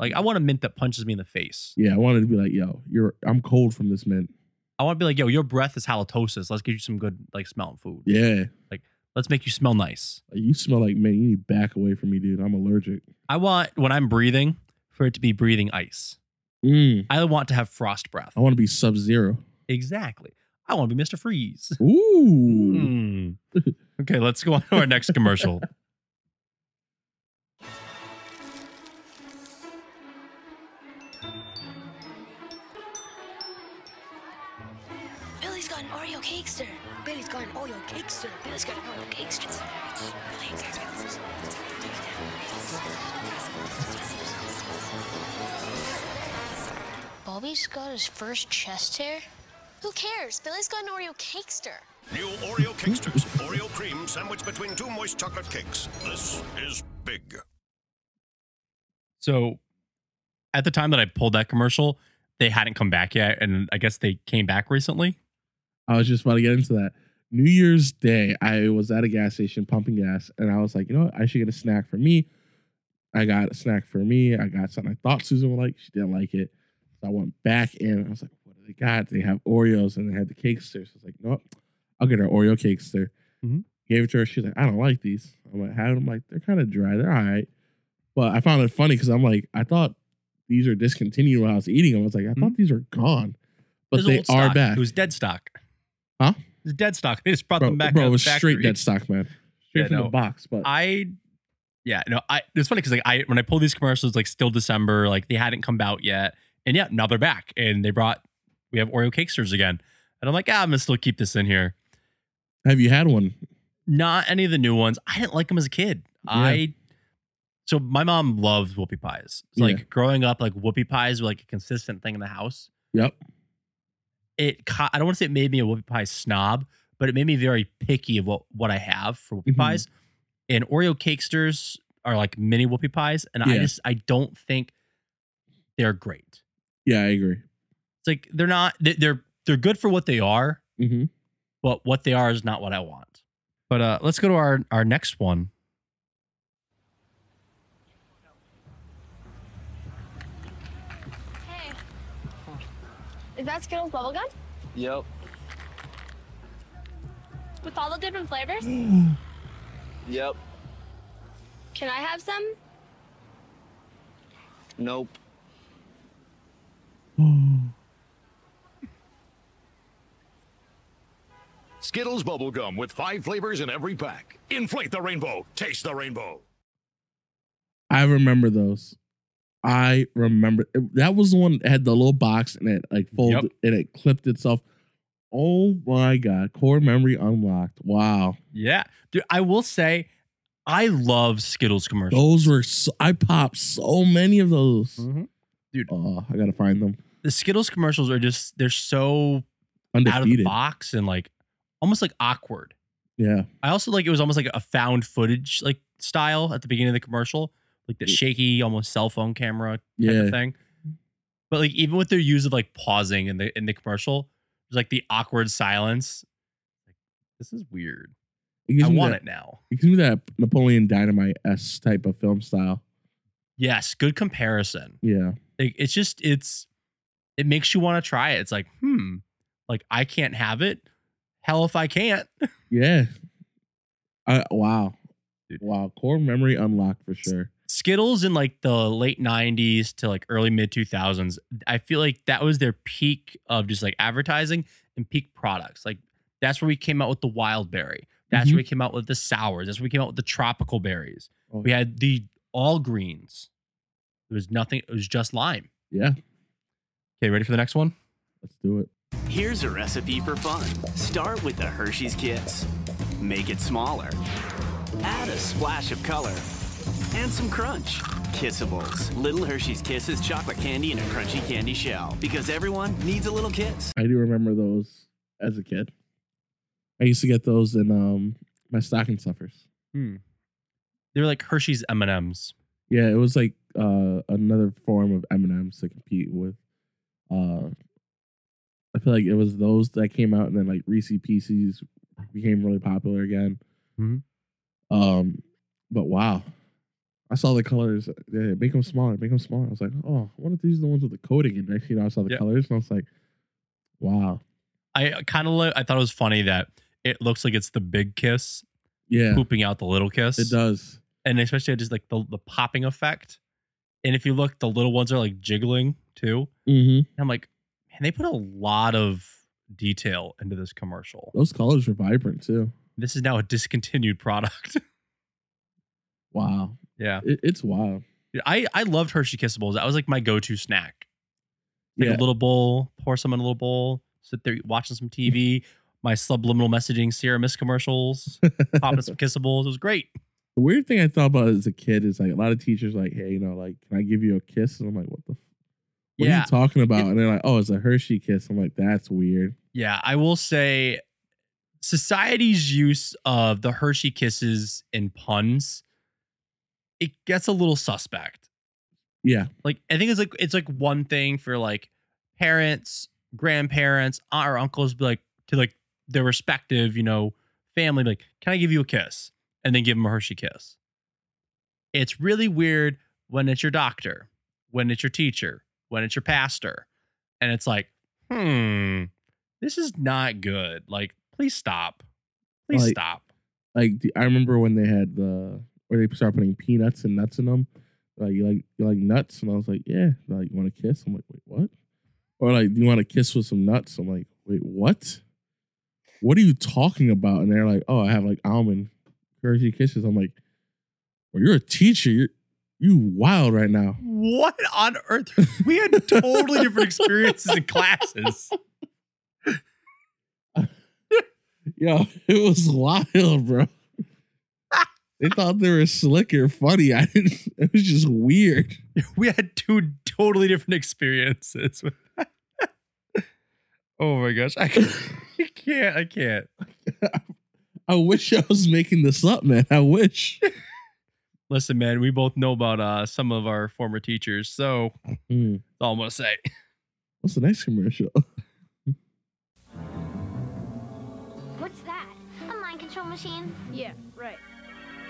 Speaker 2: like i want a mint that punches me in the face
Speaker 3: Yeah, I wanted to be like, yo, you're I'm cold from this mint.
Speaker 2: i want to be like yo your breath is halitosis let's give you some good like smelling food
Speaker 3: Yeah,
Speaker 2: let's make you smell nice
Speaker 3: you smell like mint. You need to back away from me, dude. I'm allergic.
Speaker 2: i want when i'm breathing for it to be breathing ice
Speaker 3: Mm.
Speaker 2: i want to have frost breath
Speaker 3: I want to be sub zero.
Speaker 2: exactly i want to be mr freeze
Speaker 3: Ooh.
Speaker 2: Hmm.
Speaker 3: *laughs*
Speaker 2: okay let's go on to our next commercial
Speaker 6: Billy's got an Oreo cakester. Billy's got an Oreo cakester. Billy's got an Oreo cakester.
Speaker 8: Bobby's got his first chest hair.
Speaker 9: Who cares? Billy's got an Oreo cakester.
Speaker 5: New Oreo Cakesters. Oreo cream sandwiched between two moist chocolate cakes. This is big.
Speaker 2: So at the time that I pulled that commercial, they hadn't come back yet. And I guess they came back recently.
Speaker 3: I was just about to get into that. New Year's Day, I was at a gas station pumping gas, and I was like, you know what? I should get a snack for me. I got a snack for me. I got something I thought Susan would like. She didn't like it. So I went back in. I was like, what do they got? They have Oreos and they had the cakester. So I was like, you know what? I'll get her Oreo cakester.
Speaker 2: Mhm.
Speaker 3: Gave it to her. She's like, I don't like these. I'm like, how? I'm like, they're kind of dry. They're all right. But I found it funny because I'm like, I thought these are discontinued when I was eating them. I was like, I thought these are gone.
Speaker 2: It
Speaker 3: But
Speaker 2: was
Speaker 3: they
Speaker 2: old
Speaker 3: are
Speaker 2: stock.
Speaker 3: back
Speaker 2: It was dead stock.
Speaker 3: Huh?
Speaker 2: It was dead stock. *laughs* They just brought
Speaker 3: bro,
Speaker 2: them back.
Speaker 3: bro,
Speaker 2: out
Speaker 3: it
Speaker 2: of
Speaker 3: was
Speaker 2: the
Speaker 3: straight
Speaker 2: factory.
Speaker 3: dead stock, man. Straight
Speaker 2: Yeah,
Speaker 3: from
Speaker 2: no.
Speaker 3: the box. But
Speaker 2: I, yeah, no, I, it's funny because like I, when I pulled these commercials, like still December, like they hadn't come out yet. And yeah, now they're back and they brought, we have Oreo Cakesters again. And I'm like, ah, I'm going to still keep this in here.
Speaker 3: have you had one?
Speaker 2: Not any of the new ones. I didn't like them as a kid. I so my mom loves whoopie pies. It's
Speaker 3: Yeah.
Speaker 2: Like growing up, like whoopie pies were like a consistent thing in the house.
Speaker 3: Yep.
Speaker 2: It co- I don't want to say it made me a whoopie pie snob, but it made me very picky of what what I have for whoopie
Speaker 3: Mhm.
Speaker 2: pies. And Oreo cakesters are like mini whoopie pies, and I
Speaker 3: Yeah.
Speaker 2: just I don't think they're great.
Speaker 3: Yeah, I agree.
Speaker 2: It's like they're not they- they're they're good for what they are,
Speaker 3: hmm
Speaker 2: but what they are is not what I want. But uh let's go to our our next one.
Speaker 9: Hey. Is that Skittles bubblegum?
Speaker 10: Yep.
Speaker 9: With all the different flavors?
Speaker 10: Yep.
Speaker 9: Can I have some?
Speaker 10: Nope.
Speaker 3: Mm-hmm.
Speaker 2: *gasps*
Speaker 5: Skittles bubblegum with five flavors in every pack. Inflate the rainbow. Taste the rainbow.
Speaker 3: I remember those. I remember that was the one that had the little box and it like folded
Speaker 2: Yep.
Speaker 3: and it clipped itself. Oh my god! Core memory unlocked. Wow,
Speaker 2: Yeah. Dude, I will say I love Skittles commercials.
Speaker 3: those were so, I popped so many of those.
Speaker 2: Mhm. Dude.
Speaker 3: oh, I gotta find them.
Speaker 2: The Skittles commercials are just they're so out of the
Speaker 3: Undefeated.
Speaker 2: box and like almost like awkward.
Speaker 3: Yeah,
Speaker 2: I also like it was almost like a found footage like style at the beginning of the commercial, like the shaky almost cell phone camera type
Speaker 3: yeah.
Speaker 2: of thing. But like even with their use of like pausing in the in the commercial, there's like the awkward silence. Like this is weird.
Speaker 3: It gives
Speaker 2: I
Speaker 3: me
Speaker 2: want
Speaker 3: that,
Speaker 2: it now.
Speaker 3: It gives me that Napoleon Dynamite s type of film style.
Speaker 2: Yes, good comparison.
Speaker 3: Yeah,
Speaker 2: Like, it's just it's it makes you want to try it. It's like, hmm, like I can't have it. Hell if I can't.
Speaker 3: Yeah. I wow.
Speaker 2: Dude.
Speaker 3: Wow. Core memory unlocked for sure.
Speaker 2: Skittles in like the late 90s to like early mid 2000s, I feel like that was their peak of just like advertising and peak products. Like that's where we came out with the wild berry. That's where we came out with the sours. That's where we came out with the tropical berries.
Speaker 3: Oh,
Speaker 2: We had the all greens. There was nothing, it was just lime.
Speaker 3: yeah,
Speaker 2: Okay, ready for the next one?
Speaker 3: let's do it.
Speaker 11: Here's a recipe for fun. Start with the Hershey's Kiss. Make it smaller. Add a splash of color and some crunch. Kissables. Little Hershey's Kiss is chocolate candy in a crunchy candy shell because everyone needs a little kiss.
Speaker 3: I do remember those as a kid. I used to get those in um my stocking stuffers.
Speaker 2: Hmm. They were like Hershey's M&Ms.
Speaker 3: Yeah, it was like uh another form of M and M's to compete with. Uh, I feel like it was those that came out, and then like Reese Pieces became really popular again.
Speaker 2: Mhm.
Speaker 3: Um, but wow, I saw the colors. Yeah, make them smaller, make them smaller. I was like, oh, I wonder if these are the ones with the coating. And next, *laughs* you know, I saw the
Speaker 2: Yeah.
Speaker 3: colors, and I was like, wow,
Speaker 2: I kind of, li- I thought it was funny that it looks like it's the big kiss
Speaker 3: yeah,
Speaker 2: pooping out the little kiss.
Speaker 3: it does.
Speaker 2: and especially just like the, the popping effect. And if you look, the little ones are like jiggling too.
Speaker 3: Mm-hmm.
Speaker 2: And I'm like, man, they put a lot of detail into this commercial.
Speaker 3: Those colors were vibrant too.
Speaker 2: This is now a discontinued product. *laughs*
Speaker 3: Wow,
Speaker 2: yeah.
Speaker 3: it, it's wild.
Speaker 2: I, I loved Hershey Kissables. That was like my go to snack. Like
Speaker 3: Yeah.
Speaker 2: a little bowl, pour some in a little bowl, sit there watching some
Speaker 3: *laughs*
Speaker 2: TV, my subliminal messaging Sierra Mist commercials, popping some kissables. It was great.
Speaker 3: The weird thing I thought about as a kid is like a lot of teachers like, hey, you know, like, can I give you a kiss? And I'm like, what the? F- what are
Speaker 2: yeah.
Speaker 3: you talking about? And they're like, oh, it's a Hershey kiss. I'm like, that's weird.
Speaker 2: Yeah, I will say society's use of the Hershey kisses in puns, it gets a little suspect.
Speaker 3: Yeah,
Speaker 2: Like I think it's like it's like one thing for like parents, grandparents, aunt or uncles be like to like their respective, you know, family, be like, can I give you a kiss? And then give them a Hershey kiss. It's really weird when it's your doctor, when it's your teacher, when it's your pastor. And it's like, hmm, this is not good. Like, please stop. Please
Speaker 3: Like-
Speaker 2: stop.
Speaker 3: like the, I remember when they had the where they started putting peanuts and nuts in them. Like you like you like nuts, and I was like, yeah. They're like you want a kiss? I'm like, wait, what? Or like, do you want a kiss with some nuts? I'm like, wait, what? What are you talking about? And they're like, oh, I have like almond Hershey kisses. I'm like, well, you're a teacher. You're you wild right now.
Speaker 2: What on earth? We had totally different experiences in classes.
Speaker 3: Yo, *laughs* it was wild, bro. they thought they were slick or funny. I didn't. It was just weird.
Speaker 2: We had two totally different experiences. *laughs* with that. oh my gosh. I can't. I can't. I can't.
Speaker 3: I wish I was making this up, man. I wish.
Speaker 2: Listen, man, we both know about uh, some of our former teachers. So
Speaker 3: Hmm.
Speaker 2: that's all I'm going to say.
Speaker 3: What's the next commercial?
Speaker 8: What's that? A mind control machine?
Speaker 12: Yeah, right.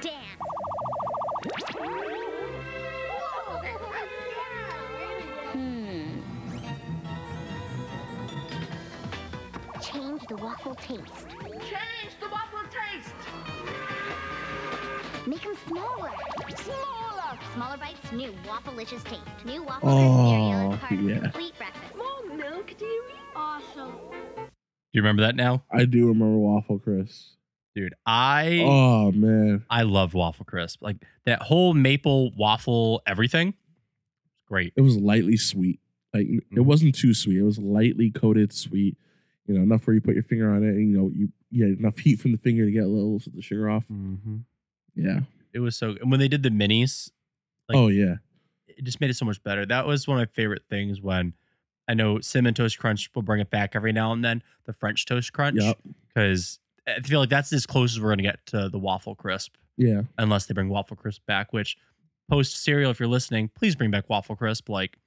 Speaker 8: Damn. Hmm. Change the waffle taste.
Speaker 12: Change the waffle taste.
Speaker 8: Make them smaller. Smaller. Smaller bites, new waffle-licious taste.
Speaker 3: *laughs*
Speaker 8: New waffle
Speaker 3: Oh,
Speaker 8: cereal is part of
Speaker 3: yeah.
Speaker 8: a complete breakfast. More milk, dearie? Awesome.
Speaker 2: Do you remember that now?
Speaker 3: I do remember Waffle Chris.
Speaker 2: Dude, I.
Speaker 3: Oh man,
Speaker 2: I loved waffle crisp. Like that whole maple waffle everything. Great.
Speaker 3: it was lightly sweet. Like it wasn't too sweet. It was lightly coated sweet. You know, enough where you put your finger on it, and you know you you had enough heat from the finger to get a little of the sugar off. Yeah.
Speaker 2: It was so and when they did the minis, Like-
Speaker 3: oh yeah.
Speaker 2: it just made it so much better. That was one of my favorite things when I know cinnamon toast crunch will bring it back every now and then, the French toast crunch.
Speaker 3: Yep.
Speaker 2: Cause I feel like that's as close as we're gonna get to the waffle crisp,
Speaker 3: Yeah.
Speaker 2: unless they bring waffle crisp back, which post cereal if you're listening, please bring back waffle crisp. Like,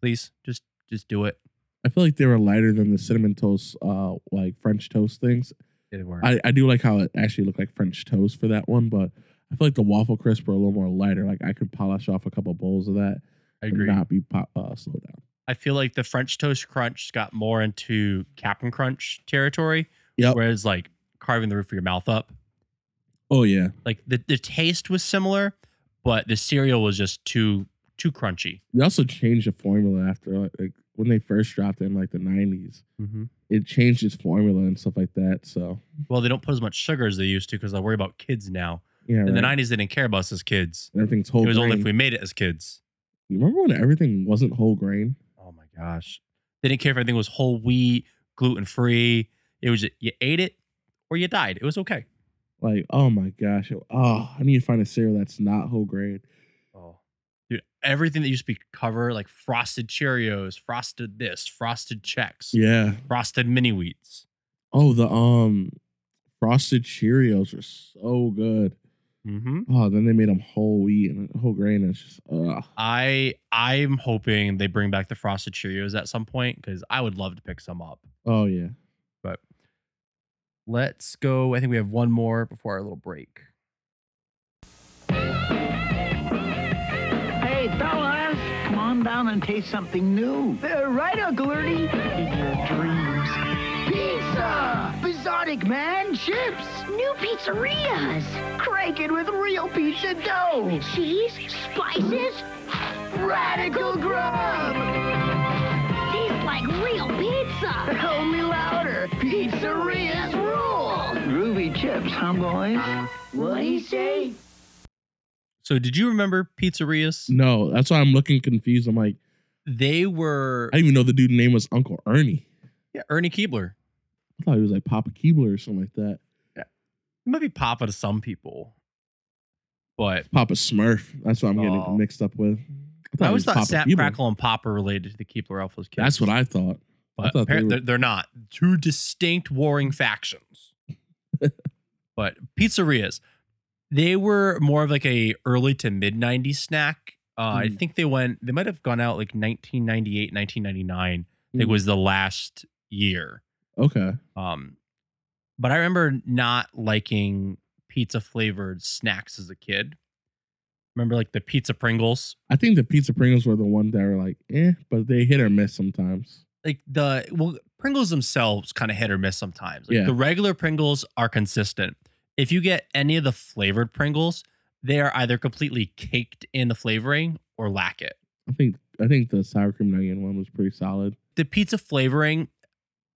Speaker 2: please just just do it.
Speaker 3: I feel like they were lighter than the cinnamon toast, uh, like French toast things.
Speaker 2: It worked.
Speaker 3: I, I do like how it actually looked like French toast for that one, but I feel like the waffle crisp were a little more lighter. Like I could polish off a couple bowls of that
Speaker 2: I
Speaker 3: and
Speaker 2: agree.
Speaker 3: not be pop, uh, slowed down.
Speaker 2: I feel like the French toast crunch got more into Captain Crunch territory.
Speaker 3: Yep.
Speaker 2: Whereas like carving the roof of your mouth up,
Speaker 3: Oh yeah,
Speaker 2: like the, the taste was similar, but the cereal was just too too crunchy.
Speaker 3: They also changed the formula after like, like when they first dropped it in like the 90s.
Speaker 2: Mhm.
Speaker 3: It changed its formula and stuff like that. So
Speaker 2: Well, they don't put as much sugar as they used to because I worry about kids now.
Speaker 3: yeah,
Speaker 2: In the
Speaker 3: right.
Speaker 2: nineties, they didn't care about us as kids.
Speaker 3: everything's whole
Speaker 2: it was
Speaker 3: grain.
Speaker 2: only if we made it as kids.
Speaker 3: you remember when everything wasn't whole grain?
Speaker 2: Oh my gosh, they didn't care if everything was whole wheat, gluten free. It was you ate it or you died. It was okay.
Speaker 3: Like oh my gosh, oh I need to find a cereal that's not whole grain.
Speaker 2: Oh, dude, everything that used to be cover like frosted Cheerios, frosted this, frosted checks,
Speaker 3: Yeah.
Speaker 2: frosted mini wheats.
Speaker 3: Oh the um frosted Cheerios are so good.
Speaker 2: Mm-hmm.
Speaker 3: Oh then they made them whole wheat and whole grain. And it's just ugh.
Speaker 2: I I'm hoping they bring back the frosted Cheerios at some point because I would love to pick some up.
Speaker 3: oh yeah.
Speaker 2: But let's go. I think we have one more before our little break.
Speaker 13: Hey, fellas, come on down and taste something new. Uh, right, Uncle Ernie? In your dreams. Pizza! Bizzotic, man! Chips! New pizzerias! Crank it with real pizza dough! Cheese? Spices? Radical grub! Tastes like real pizza! Only louder! Pizzerias rule! Groovy chips, huh, boys? What do you say?
Speaker 2: So did you remember pizzerias?
Speaker 3: No, that's why I'm looking confused. I'm like,
Speaker 2: They were
Speaker 3: I didn't even know the dude's name was Uncle Ernie.
Speaker 2: yeah, Ernie Keebler.
Speaker 3: I thought he was like Papa Keebler or something like that.
Speaker 2: It might be Papa to some people, but
Speaker 3: Papa Smurf. That's what I'm getting
Speaker 2: Oh.
Speaker 3: mixed up with.
Speaker 2: I,
Speaker 3: it
Speaker 2: always
Speaker 3: was
Speaker 2: thought
Speaker 3: Papa
Speaker 2: Snap,
Speaker 3: Keebler.
Speaker 2: Crackle, and Pop are related to the Keebler Alphas kids.
Speaker 3: That's what I thought.
Speaker 2: But
Speaker 3: I thought they
Speaker 2: apparently
Speaker 3: were-
Speaker 2: they are not two distinct warring
Speaker 3: *laughs*
Speaker 2: factions. but pizzerias, they were more of like a early to mid 90s snack. Uh, I
Speaker 3: Mm.
Speaker 2: think they went, they might have gone out like 1998, 1999. I think
Speaker 3: Mm.
Speaker 2: was the last year.
Speaker 3: Okay.
Speaker 2: Um, but I remember not liking pizza flavored snacks as a kid. Remember like the pizza Pringles?
Speaker 3: I think the pizza Pringles were the ones that were like, eh, but they hit or miss sometimes.
Speaker 2: like the well Pringles themselves kind of hit or miss sometimes. Like
Speaker 3: Yeah.
Speaker 2: The regular Pringles are consistent. If you get any of the flavored Pringles, they are either completely caked in the flavoring or lack it.
Speaker 3: I think I think the sour cream and onion one was pretty solid.
Speaker 2: The pizza flavoring,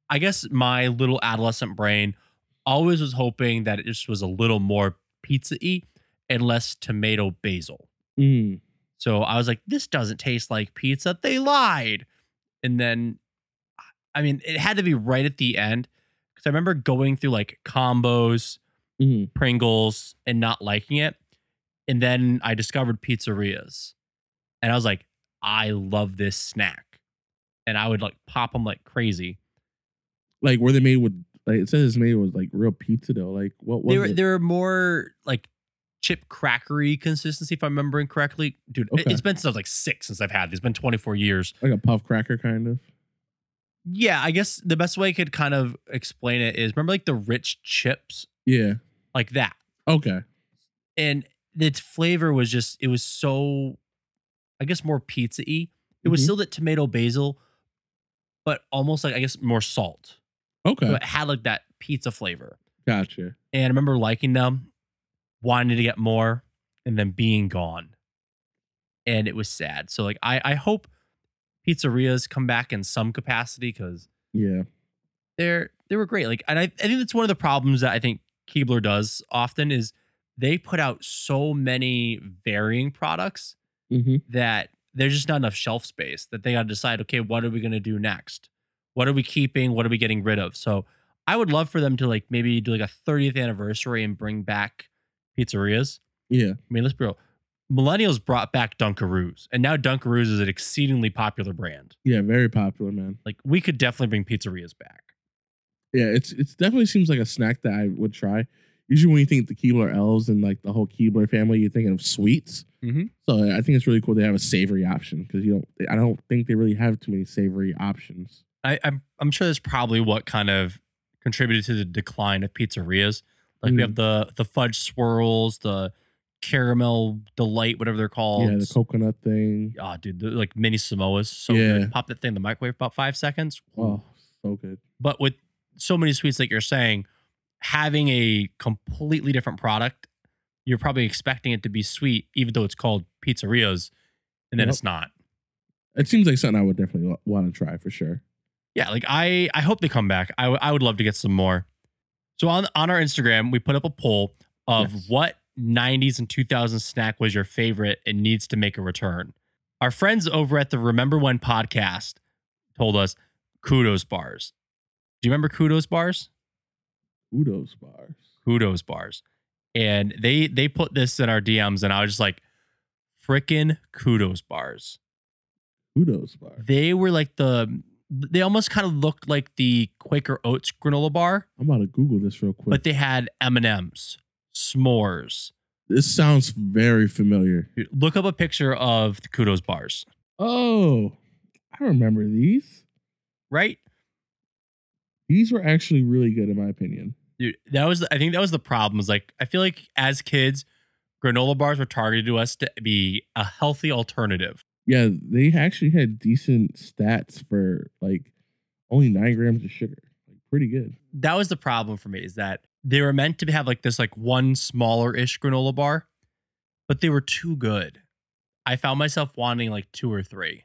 Speaker 2: I guess my little adolescent brain always was hoping that it just was a little more pizza-y and less tomato basil.
Speaker 3: Mm.
Speaker 2: So I was like, this doesn't taste like pizza. They lied. And then, I mean, it had to be right at the end because I remember going through like combos,
Speaker 3: Mm.
Speaker 2: Pringles, and not liking it. And then I discovered pizzerias. And I was like, I love this snack. And I would like pop them like crazy.
Speaker 3: Like were they made with like it says it's made with like real pizza dough. Like what was
Speaker 2: They were,
Speaker 3: it?
Speaker 2: they were more like chip crackery consistency, if I'm remembering correctly. Dude, it-
Speaker 3: Okay.
Speaker 2: it's been since I was like six since I've had these. It's been 24 years.
Speaker 3: Like a puff cracker kind of.
Speaker 2: Yeah, I guess the best way I could kind of explain it is remember like the rich chips
Speaker 3: Yeah.
Speaker 2: like that.
Speaker 3: Okay.
Speaker 2: And its flavor was just it was so I guess more pizza-y. It was
Speaker 3: Mhm.
Speaker 2: still that tomato basil, but almost like I guess more salt.
Speaker 3: Okay.
Speaker 2: So it had like that pizza flavor.
Speaker 3: Gotcha.
Speaker 2: And I remember liking them, wanting to get more, and then being gone. And it was sad. So like I I hope pizzerias come back in some capacity because
Speaker 3: Yeah.
Speaker 2: they're they were great. Like, and I, I think that's one of the problems that I think Keebler does often is they put out so many varying products
Speaker 3: Mm-hmm.
Speaker 2: that there's just not enough shelf space that they got to decide. Okay, what are we gonna do next? What are we keeping? What are we getting rid of? So I would love for them to like maybe do like a 30th anniversary and bring back pizzerias.
Speaker 3: Yeah.
Speaker 2: I mean, let's be real. Millennials brought back Dunkaroos, and now Dunkaroos is an exceedingly popular brand.
Speaker 3: Yeah, very popular, man.
Speaker 2: Like, we could definitely bring pizzerias back.
Speaker 3: Yeah, it's it's definitely seems like a snack that I would try. Usually, when you think the Keebler elves and like the whole Keebler family, you're thinking of sweets.
Speaker 2: Mhm.
Speaker 3: So I think it's really cool they have a savory option because you don't. I don't think they really have too many savory options.
Speaker 2: I, I'm I'm sure that's probably what kind of contributed to the decline of pizzerias. Like
Speaker 3: Mm.
Speaker 2: we have the the fudge swirls, the caramel delight, whatever they're called.
Speaker 3: yeah, the coconut thing.
Speaker 2: Ah, dude, they're like mini Samoas, so
Speaker 3: Yeah.
Speaker 2: good. Pop that thing in the microwave for about five seconds.
Speaker 3: Oh, so good.
Speaker 2: But with so many sweets, like you're saying, having a completely different product you're probably expecting it to be sweet, even though it's called pizzerias, and then
Speaker 3: Yep.
Speaker 2: it's not.
Speaker 3: It seems like something I would definitely want to try for sure.
Speaker 2: Yeah, like I I hope they come back. I w- I would love to get some more. So on on our Instagram, we put up a poll of what 90s and 2000s snack was your favorite and needs to make a return. Our friends over at the Remember When podcast told us kudos bars. Do you remember kudos bars?
Speaker 3: Kudos bars.
Speaker 2: Kudos bars. And they they put this in our DMs and I was just like freaking kudos bars.
Speaker 3: Kudos bars.
Speaker 2: They were like the they almost kind of looked like the Quaker Oats granola bar,
Speaker 3: I'm about to Google this real quick.
Speaker 2: but they had M and M's, s'mores.
Speaker 3: this sounds very familiar.
Speaker 2: Dude, Look up a picture of the Kudos bars,
Speaker 3: Oh, I remember these.
Speaker 2: right?
Speaker 3: These were actually really good in my opinion.
Speaker 2: Dude, that was I think that was the problem. Is like I feel like as kids, granola bars were targeted to us to be a healthy alternative.
Speaker 3: Yeah, they actually had decent stats for like only nine grams of sugar. Like pretty good.
Speaker 2: That was the problem for me is that they were meant to have like this like one smaller ish granola bar, but they were too good. I found myself wanting like two or three.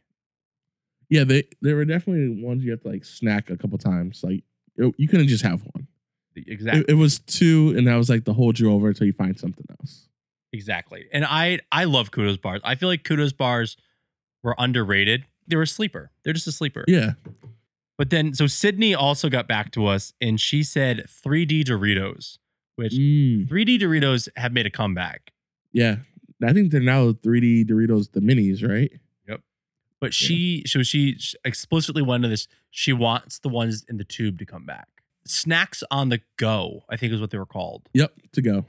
Speaker 3: Yeah, they there were definitely ones you have to like snack a couple times. Like you you couldn't just have one.
Speaker 2: Exactly.
Speaker 3: It, it was two, and that was like the hold you over until you find something else.
Speaker 2: Exactly. And I I love kudos bars. I feel like kudos bars were underrated. They were a sleeper. They're just a sleeper.
Speaker 3: Yeah,
Speaker 2: But then so Sydney also got back to us and she said 3D Doritos, which
Speaker 3: Mm.
Speaker 2: 3D Doritos have made a comeback.
Speaker 3: yeah. I think they're now 3D Doritos, the minis, right?
Speaker 2: Yep. But she so she explicitly went into this. She wants the ones in the tube to come back. Snacks on the go, I think is what they were called.
Speaker 3: Yep, to go.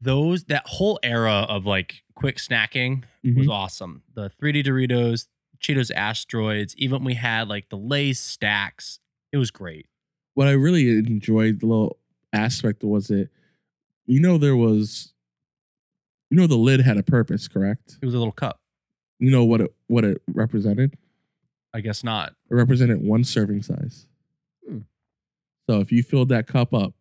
Speaker 2: Those that whole era of like quick snacking was
Speaker 3: Mhm.
Speaker 2: awesome. The 3D Doritos, Cheetos Asteroids, even we had like the Lay's stacks. It was great.
Speaker 3: What I really enjoyed the little aspect was it, you know, there was, you know, the lid had a purpose, correct?
Speaker 2: It was a little cup.
Speaker 3: You know what it what it represented?
Speaker 2: I guess not.
Speaker 3: It represented one serving size.
Speaker 2: Hmm.
Speaker 3: So if you filled that cup up,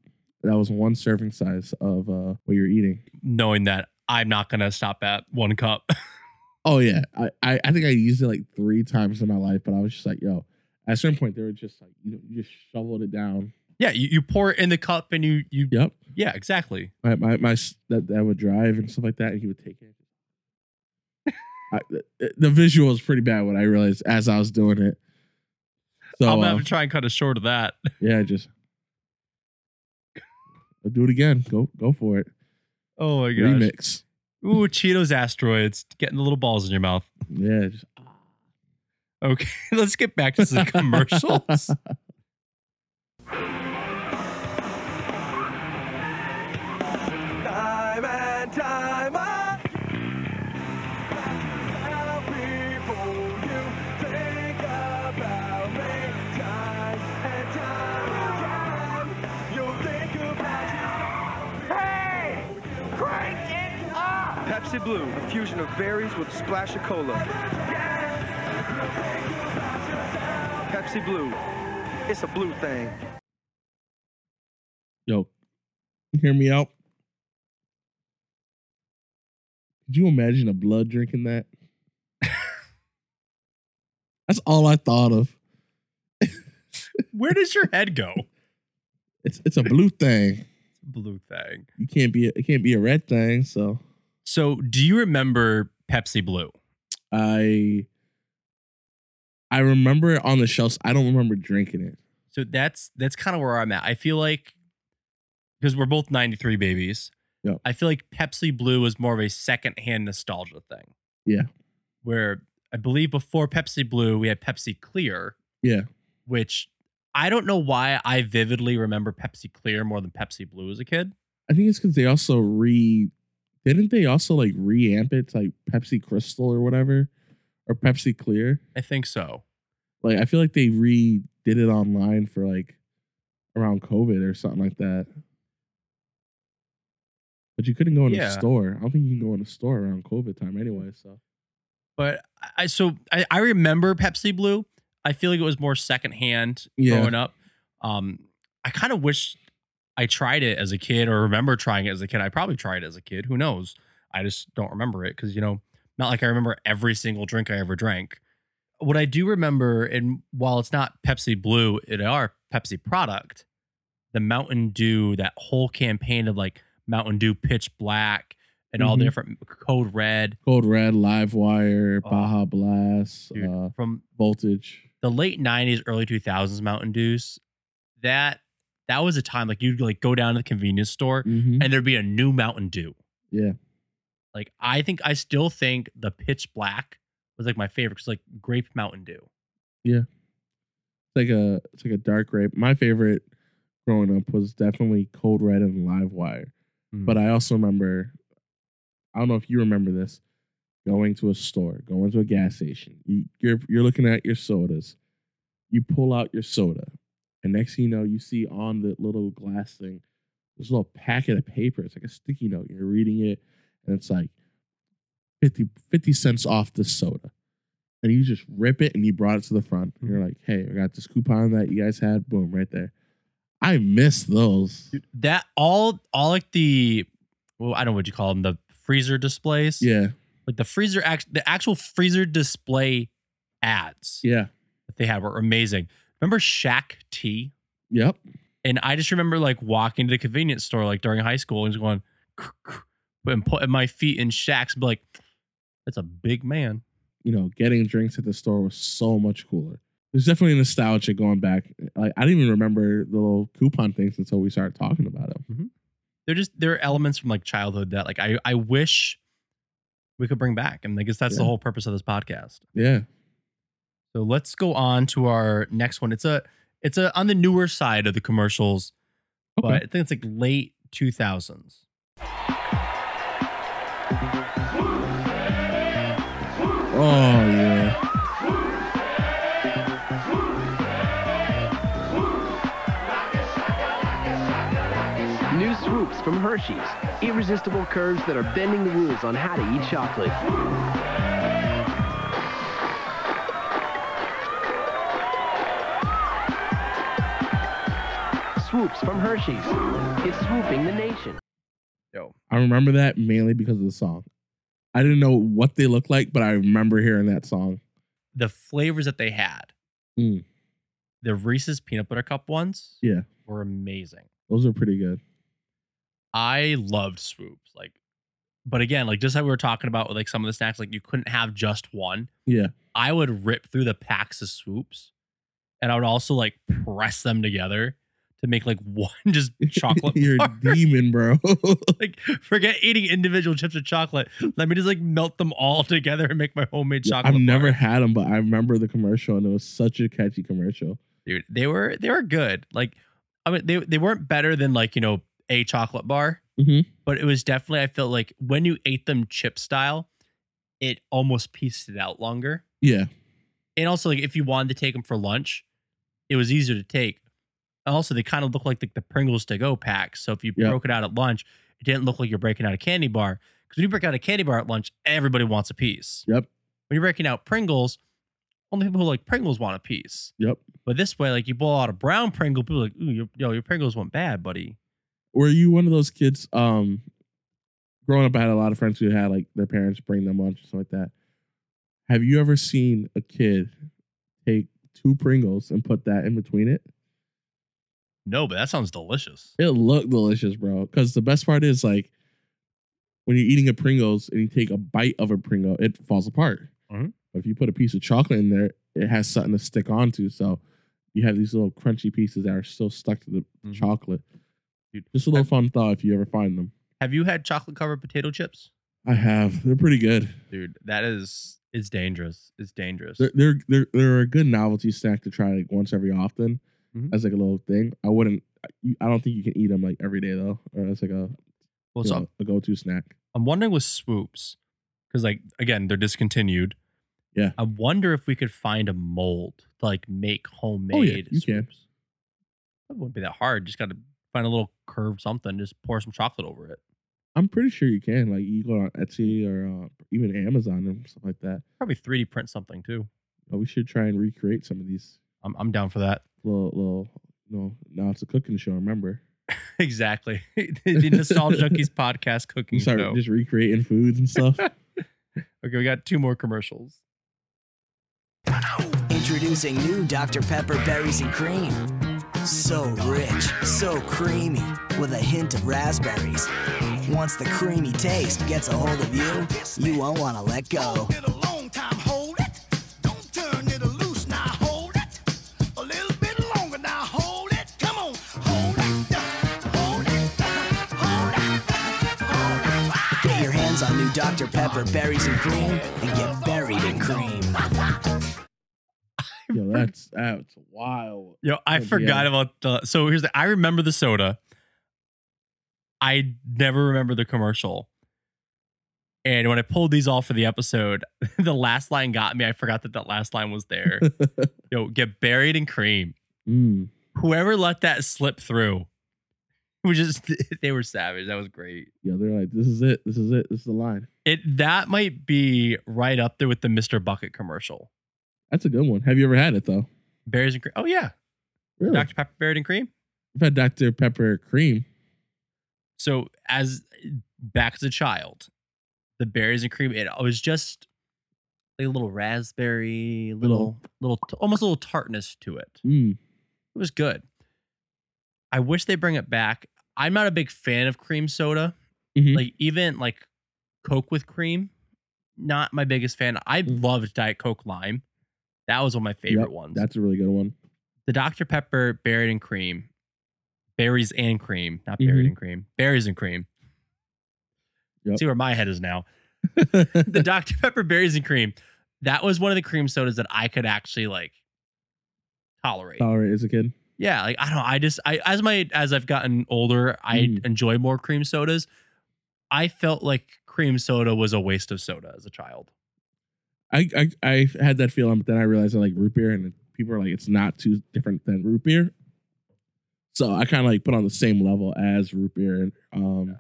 Speaker 3: that was one serving size of uh, what you're eating.
Speaker 2: Knowing that I'm not gonna stop at one cup. *laughs*
Speaker 3: Oh yeah, I, I I think I used it like three times in my life, but I was just like, yo. At a certain point, they were just like, you know, you just shoveled it down.
Speaker 2: yeah, you, you pour it in the cup and you you
Speaker 3: Yep.
Speaker 2: yeah, exactly.
Speaker 3: My my my s- that that would drive and stuff like that, and he would take it. I, the, eh, the visual is pretty bad. What I realized as I was doing it. So
Speaker 2: I'm gonna
Speaker 3: uh,
Speaker 2: have to try and cut it short of that. *laughs*
Speaker 3: yeah, just I'll do it again. Go go for it.
Speaker 2: Oh my gosh.
Speaker 3: Remix.
Speaker 2: Ooh, Cheetos Asteroids, getting the little balls in your mouth.
Speaker 3: Yeah. Just,
Speaker 2: Okay, *laughs* let's get back to some commercials.
Speaker 4: Time and time again. How people you think about me. Time and time again. You think about yourself. Hey! Crank it up!
Speaker 14: Pepsi Blue, a fusion of berries with a splash of cola. Pepsi Blue, it's a blue thing.
Speaker 3: yo, hear me out. Could you imagine a blood drinking that? That's all I thought of.
Speaker 2: Where does your head go?
Speaker 3: It's it's a blue thing.
Speaker 2: Blue thing.
Speaker 3: You can't be a, it can't be a red thing. So
Speaker 2: So, do you remember Pepsi Blue?
Speaker 3: I I remember it on the shelves. I don't remember drinking it.
Speaker 2: So that's that's kind of where I'm at. I feel like because we're both 93 babies.
Speaker 3: Yep.
Speaker 2: I feel like Pepsi Blue was more of a secondhand nostalgia thing
Speaker 3: Yeah,
Speaker 2: where I believe before Pepsi Blue, we had Pepsi Clear,
Speaker 3: yeah.
Speaker 2: which I don't know why I vividly remember Pepsi Clear more than Pepsi Blue as a kid.
Speaker 3: I think it's because they also re didn't they also like reamp it to like Pepsi Crystal or whatever or Pepsi Clear.
Speaker 2: I think so.
Speaker 3: Like I feel like they redid it online for like around COVID or something like that. But you couldn't go in
Speaker 2: Yeah.
Speaker 3: a store. I don't think you can go in a store around COVID time anyway. So
Speaker 2: But I so I, I remember Pepsi Blue. I feel like it was more secondhand
Speaker 3: Yeah.
Speaker 2: growing up. Um, I kind of wish I tried it as a kid or remember trying it as a kid. I probably tried it as a kid. Who knows? I just don't remember it because, you know, not like I remember every single drink I ever drank. What I do remember, and while it's not Pepsi Blue, it are Pepsi product, the Mountain Dew, that whole campaign of like Mountain Dew Pitch Black and all the
Speaker 3: Mhm.
Speaker 2: different Code Red.
Speaker 3: Cold Red, Live Wire, Baja Blast,
Speaker 2: Dude,
Speaker 3: uh,
Speaker 2: from
Speaker 3: Voltage.
Speaker 2: the late 90s early 2000s mountain dews that that was a time like you'd like go down to the convenience store
Speaker 3: Mhm.
Speaker 2: and there'd be a new mountain dew
Speaker 3: Yeah.
Speaker 2: like i think i still think the pitch black was like my favorite because like grape mountain dew
Speaker 3: Yeah. It's like a it's like a dark grape. My favorite growing up was definitely Cold Red and Live Wire.
Speaker 2: Mm.
Speaker 3: But I also remember I don't know if you remember this, going to a store, going to a gas station. You, you're you're looking at your sodas. You pull out your soda. And next thing you know, you see on the little glass thing, this little packet of paper. It's like a sticky note. You're reading it, and it's like 50, 50 cents off this soda. And you just rip it and you brought it to the front.
Speaker 2: Mm-hmm.
Speaker 3: And you're like, hey, I got this coupon that you guys had. Boom, right there. I miss those.
Speaker 2: that all all like the well i don't know what you call them the freezer displays
Speaker 3: Yeah.
Speaker 2: like the freezer act the actual freezer display ads
Speaker 3: Yeah.
Speaker 2: that they had were amazing remember Shaq tea
Speaker 3: Yep.
Speaker 2: And I just remember like walking to the convenience store like during high school and just going and putting my feet in shacks and be like, that's a big man.
Speaker 3: You know, getting drinks at the store was so much cooler. There's definitely nostalgia going back. Like I didn't even remember the little coupon things until we started talking about them.
Speaker 2: They're just there are elements from like childhood that like I I wish we could bring back. And I guess that's the
Speaker 3: Yeah.
Speaker 2: whole purpose of this podcast.
Speaker 3: Yeah.
Speaker 2: So let's go on to our next one. It's a it's a on the newer side of the commercials, but I
Speaker 3: Okay.
Speaker 2: think it's like late two thousands.
Speaker 3: Oh yeah.
Speaker 15: New swoops from Hershey's. Irresistible curves that are bending the rules on how to eat chocolate. Swoops from Hershey's. It's swooping the nation.
Speaker 2: Yo.
Speaker 3: I remember that mainly because of the song. I didn't know what they looked like, but I remember hearing that song.
Speaker 2: The flavors that they had,
Speaker 3: Mm,
Speaker 2: the Reese's peanut butter cup ones
Speaker 3: yeah.
Speaker 2: were amazing.
Speaker 3: Those are pretty good.
Speaker 2: I loved swoops. Like, but again, like just how we were talking about with like some of the snacks, like you couldn't have just one.
Speaker 3: Yeah.
Speaker 2: I would rip through the packs of swoops and I would also like press them together to make like *laughs* one just chocolate.
Speaker 3: *laughs* You're a
Speaker 2: bar. *laughs*
Speaker 3: demon, bro. *laughs*
Speaker 2: like forget eating individual chips of chocolate. Let me just like melt them all *laughs* together and make my homemade chocolate.
Speaker 3: I've
Speaker 2: bar.
Speaker 3: never had them, but I remember the commercial, and it was such a catchy commercial.
Speaker 2: Dude, they were they were good. Like I mean they they weren't better than like, you know, a chocolate bar.
Speaker 3: Mm-hmm.
Speaker 2: but it was definitely I felt like when you ate them chip style, it almost pieced it out longer.
Speaker 3: Yeah.
Speaker 2: And also like if you wanted to take them for lunch, it was easier to take. And Also, they kind of look like the, the Pringles to go pack. So if you
Speaker 3: Yeah.
Speaker 2: broke it out at lunch, it didn't look like you're breaking out a candy bar. Because when you break out a candy bar at lunch, everybody wants a piece.
Speaker 3: Yep.
Speaker 2: When you're breaking out Pringles, only people who like Pringles want a piece.
Speaker 3: Yep.
Speaker 2: But this way, like you bowl out a brown Pringle, people are like, ooh, your, yo, your Pringles went bad, buddy.
Speaker 3: Were you one of those kids? Um, growing up, I had a lot of friends who had like their parents bring them lunch and stuff like that. Have you ever seen a kid take two Pringles and put that in between it?
Speaker 2: No, but that sounds delicious.
Speaker 3: It looked delicious, bro. Because the best part is like when you're eating a Pringles and you take a bite of a Pringle, it falls apart.
Speaker 2: Mhm.
Speaker 3: But if you put a piece of chocolate in there, it has something to stick onto. So you have these little crunchy pieces that are still stuck to the chocolate.
Speaker 2: Dude,
Speaker 3: Just a little fun thought if you ever find them.
Speaker 2: Have you had chocolate covered potato chips?
Speaker 3: I have. They're pretty good.
Speaker 2: Dude, that is it's dangerous. It's dangerous.
Speaker 3: They're they're they're, they're a good novelty snack to try like once every often
Speaker 2: Mhm.
Speaker 3: as like a little thing. I wouldn't. I- you- I don't think you can eat them like every day though. Or that's like a
Speaker 2: Well,
Speaker 3: you
Speaker 2: so
Speaker 3: know, a go to snack.
Speaker 2: I'm wondering with swoops, because like again, they're discontinued.
Speaker 3: Yeah.
Speaker 2: I wonder if we could find a mold to like make homemade
Speaker 3: Oh yeah, you
Speaker 2: swoops.
Speaker 3: can.
Speaker 2: That wouldn't be that hard. Just gotta find a little curved something, just pour some chocolate over it.
Speaker 3: I'm pretty sure you can. Like you go on Etsy or uh, even Amazon and stuff like that.
Speaker 2: Probably 3D print something too.
Speaker 3: But we should try and recreate some of these
Speaker 2: I'm I'm down for that.
Speaker 3: little little. You know, now it's a cooking show. Remember?
Speaker 2: exactly. *laughs* the Nostalgia
Speaker 3: *laughs*
Speaker 2: Junkies podcast cooking
Speaker 3: Start
Speaker 2: show.
Speaker 3: just recreating foods and stuff.
Speaker 2: Okay, we got two more commercials.
Speaker 16: Introducing new Dr. Pepper Berries and Cream. So rich, so creamy, with a hint of raspberries. Once the creamy taste gets a hold of you, you won't want to let go.
Speaker 4: Long time, hold it. Don't turn it loose now, hold it. A little bit longer now, hold it. Come on, hold it.
Speaker 16: Get your hands on new Dr. Pepper Berries and Cream and get buried in cream.
Speaker 3: Yo, that's that's wild.
Speaker 2: Yo, I
Speaker 3: Oh,
Speaker 2: forgot
Speaker 3: yeah.
Speaker 2: about the. So here's the. I remember the soda. I never remember the commercial. And when I pulled these off for the episode, *laughs* the last line got me. I forgot that that last line was
Speaker 3: *laughs*
Speaker 2: there. Yo, get buried in cream.
Speaker 3: Mm.
Speaker 2: Whoever let that slip through, *laughs* was just *laughs* they were savage. That was great.
Speaker 3: Yeah, they're like, this is it. This is it. This is the line.
Speaker 2: It that might be right up there with the Mister Bucket commercial.
Speaker 3: That's a good one. Have you ever had it though?
Speaker 2: Berries and cream. Oh yeah,
Speaker 3: Really?
Speaker 2: Dr Pepper buried in cream.
Speaker 3: I've had Dr. Pepper cream.
Speaker 2: so as back as a child, the berries and cream, it was just a little raspberry, little, little, almost a little tartness to it.
Speaker 3: Mm.
Speaker 2: It was good. I wish they bring it back. I'm not a big fan of cream soda.
Speaker 3: Mhm.
Speaker 2: Like even like Coke with cream, not my biggest fan. I loved Diet Coke Lime. That was one of my favorite
Speaker 3: Hmm. Yep,
Speaker 2: ones.
Speaker 3: That's a really good one.
Speaker 2: The Dr. Pepper buried in cream. Berries and cream, not buried
Speaker 3: Mhm.
Speaker 2: in cream. Berries and cream.
Speaker 3: Yep.
Speaker 2: See where my head is now. the Dr. Pepper berries and cream. That was one of the cream sodas that I could actually like tolerate.
Speaker 3: All right, as a kid.
Speaker 2: Yeah, like I don't know. I just I as my as I've gotten older, I
Speaker 3: Mm.
Speaker 2: enjoy more cream sodas. I felt like cream soda was a waste of soda as a child.
Speaker 3: I, I I had that feeling, but then I realized I like root beer, and people are like, it's not too different than root beer. So I kind of like put on the same level as root beer, and um,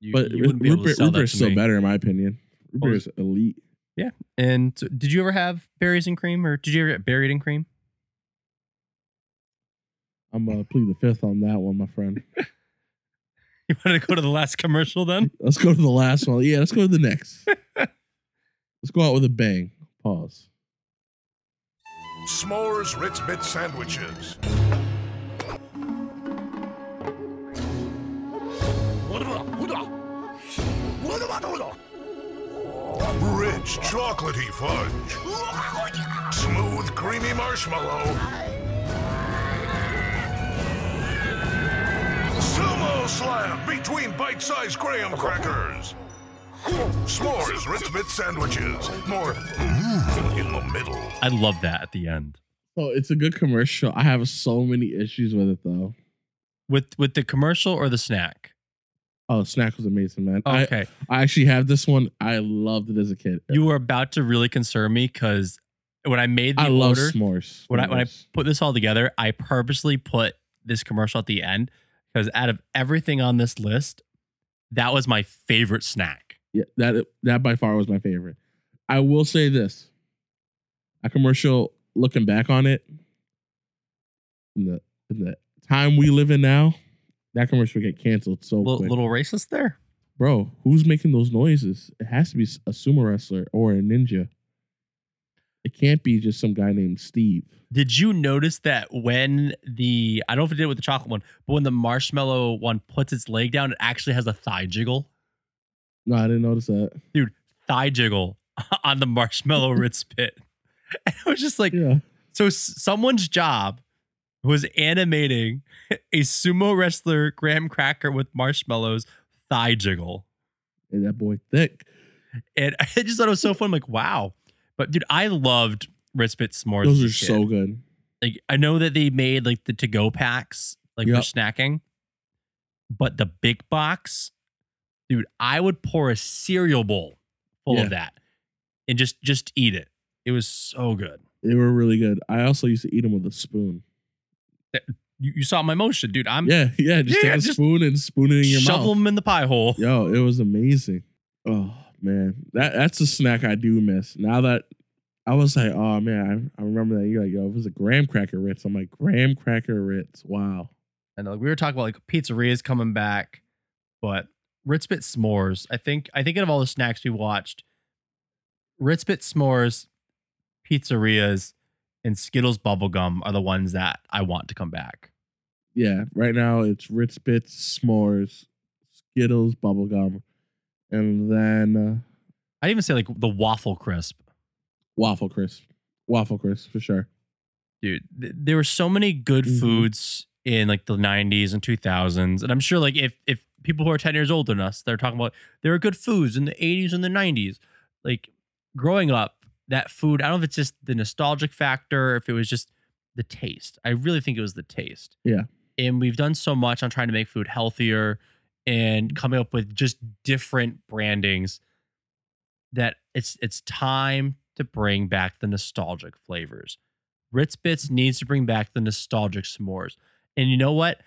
Speaker 2: You,
Speaker 3: but
Speaker 2: you
Speaker 3: root
Speaker 2: wouldn't be able
Speaker 3: beer,
Speaker 2: to sell
Speaker 3: root
Speaker 2: that
Speaker 3: beer is
Speaker 2: to
Speaker 3: still
Speaker 2: me. Oh.
Speaker 3: better in my opinion. Root
Speaker 2: Well,
Speaker 3: beer is elite.
Speaker 2: Yeah. And so, did you ever have berries and cream, or did you ever get buried in cream?
Speaker 3: I'm gonna plead the fifth on that one, my friend.
Speaker 2: You wanted to go to the last commercial then?
Speaker 3: Let's go to the last one. Yeah, let's go to the next.
Speaker 2: *laughs*
Speaker 3: let's go out with a bang. Pause.
Speaker 17: S'mores Ritz Bit Sandwiches. Rich chocolatey fudge. Smooth creamy marshmallow. Sumo slam between bite-sized graham crackers. S'mores Ritz Bit Sandwiches. More mm, in the middle.
Speaker 2: I love that at the end
Speaker 3: So it's a good commercial. I have so many issues with it though.
Speaker 2: with with the commercial or the snack.
Speaker 3: Oh, snack was amazing, man. I-
Speaker 2: Okay.
Speaker 3: I, actually have this one. I loved it as a kid.
Speaker 2: You were about to really concern me because when I made the
Speaker 3: I love
Speaker 2: order,
Speaker 3: s'mores.
Speaker 2: when I when I
Speaker 3: S'mores.
Speaker 2: put this all together, I purposely put this commercial at the end because out of everything on this list, that was my favorite snack.
Speaker 3: Yeah, that that by far was my favorite. I will say this: a commercial. Looking back on it, in the in the time we live in now, that commercial would get canceled so
Speaker 2: Little,
Speaker 3: quick.
Speaker 2: little racist there.
Speaker 3: Bro, who's making those noises? It has to be a sumo wrestler or a ninja. It can't be just some guy named Steve.
Speaker 2: Did you notice that when the I don't know if it did it with the chocolate one, but when the marshmallow one puts its leg down, it actually has a thigh jiggle,
Speaker 3: No, I didn't notice that.
Speaker 2: dude. Thigh jiggle *laughs* on the
Speaker 3: *laughs*
Speaker 2: marshmallow Ritz pit. *laughs* And I was just like,
Speaker 3: Yeah.
Speaker 2: so s- someone's job was animating a sumo wrestler graham cracker with marshmallows thigh jiggle,
Speaker 3: And that boy thick.
Speaker 2: and *laughs* I just thought it was so fun. I'm like, wow. But dude, I loved Ritz pit s'mores. as
Speaker 3: Those
Speaker 2: a
Speaker 3: are
Speaker 2: kid.
Speaker 3: so good.
Speaker 2: like I know that they made like the to go packs like for
Speaker 3: Yep.
Speaker 2: snacking, but the big box, dude, I would pour a cereal bowl full
Speaker 3: Yeah.
Speaker 2: of that and just just eat it. It was so good.
Speaker 3: They were really good. I also used to eat them with a spoon.
Speaker 2: You, you saw my motion, dude. I'm
Speaker 3: yeah, yeah. Just
Speaker 2: Yeah,
Speaker 3: take a
Speaker 2: just
Speaker 3: spoon and spoon it in your
Speaker 2: shovel
Speaker 3: mouth.
Speaker 2: them in the pie hole.
Speaker 3: Yo, it was amazing. Oh man, that that's a snack I do miss. Now that I was like, oh man, I, I remember that. You're like, yo, it was a graham cracker Ritz. I'm like, graham cracker Ritz. Wow,
Speaker 2: And like we were talking about like pizzerias coming back, but Ritz Bit S'mores. I think I think out of all the snacks we watched, Ritz Bit S'mores, pizzerias, and Skittles bubblegum are the ones that I want to come back.
Speaker 3: Yeah, right now it's Ritz Bits, S'mores, Skittles, bubblegum, and then uh,
Speaker 2: I'd even say like the waffle crisp.
Speaker 3: Waffle Crisp. Waffle Crisp for sure.
Speaker 2: dude th- there were so many good foods in like the 90s and 2000s and i'm sure like if if people who are 10 years older than us they're talking about there were good foods in the 80s and the 90s like growing up that food i don't know if it's just the nostalgic factor or if it was just the taste i really think it was the taste
Speaker 3: Yeah.
Speaker 2: and we've done so much on trying to make food healthier and coming up with just different brandings that it's it's time to bring back the nostalgic flavors. Ritz Bits needs to bring back the nostalgic s'mores. And you know what?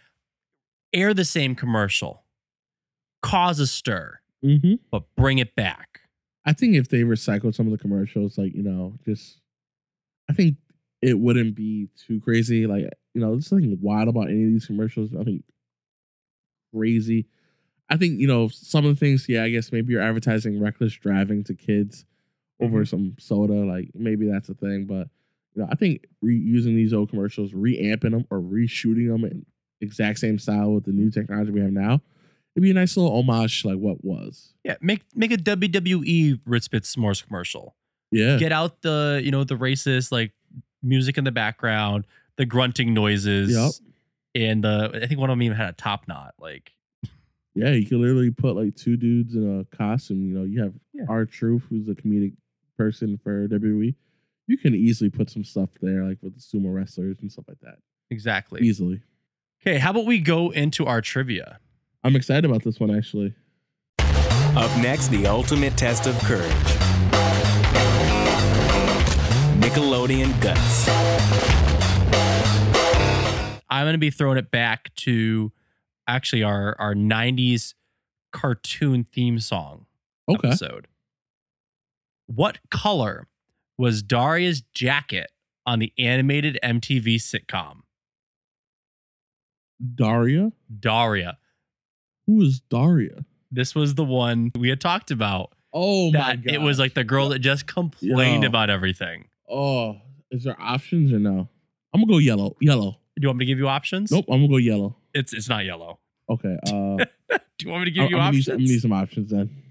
Speaker 2: Air the same commercial. Cause a stir,
Speaker 3: Mm-hmm.
Speaker 2: but bring it back.
Speaker 3: I think if they recycled some of the commercials, like you know, just I think it wouldn't be too crazy. Like you know, there's nothing wild about any of these commercials. Nothing crazy. I think you know some of the things. Yeah, I guess maybe you're advertising reckless driving to kids over some soda. Like maybe that's a thing. But you know, I think reusing these old commercials, reamping them or reshooting them in exact same style with the new technology we have now, it'd be a nice little homage to like what was.
Speaker 2: Yeah, make make a WWE Ritz Bits s'mores commercial.
Speaker 3: Yeah.
Speaker 2: Get out the, you know, the racist like music in the background, the grunting noises.
Speaker 3: Yep.
Speaker 2: And the I think one of them even had a top knot. Like
Speaker 3: Yeah, you can literally put like two dudes in a costume. You know, you have our truth, who's a comedic person for WWE. You can easily put some stuff there, like with the sumo wrestlers and stuff like that.
Speaker 2: exactly.
Speaker 3: Easily.
Speaker 2: Okay, how about we go into our trivia?
Speaker 3: I'm excited about this one actually.
Speaker 18: Up next, the ultimate test of courage. Nickelodeon Guts.
Speaker 2: I'm going to be throwing it back to actually our our 90s cartoon theme song
Speaker 3: Okay.
Speaker 2: episode. What color was Daria's jacket on the animated MTV sitcom
Speaker 3: Daria?
Speaker 2: Daria?
Speaker 3: Who is Daria?
Speaker 2: This was the one we had talked about.
Speaker 3: Oh my
Speaker 2: that it was like the girl that just complained
Speaker 3: Yo.
Speaker 2: about everything.
Speaker 3: Oh, is there options or no? I'm gonna go yellow. Yellow.
Speaker 2: Do you want me to give you options?
Speaker 3: Nope, I'm gonna go yellow.
Speaker 2: It's it's not yellow.
Speaker 3: Okay.
Speaker 2: *laughs*
Speaker 3: Uh
Speaker 2: Do you want me to give
Speaker 3: I'm,
Speaker 2: you
Speaker 3: I'm gonna
Speaker 2: options?
Speaker 3: need, I'm gonna need some options then.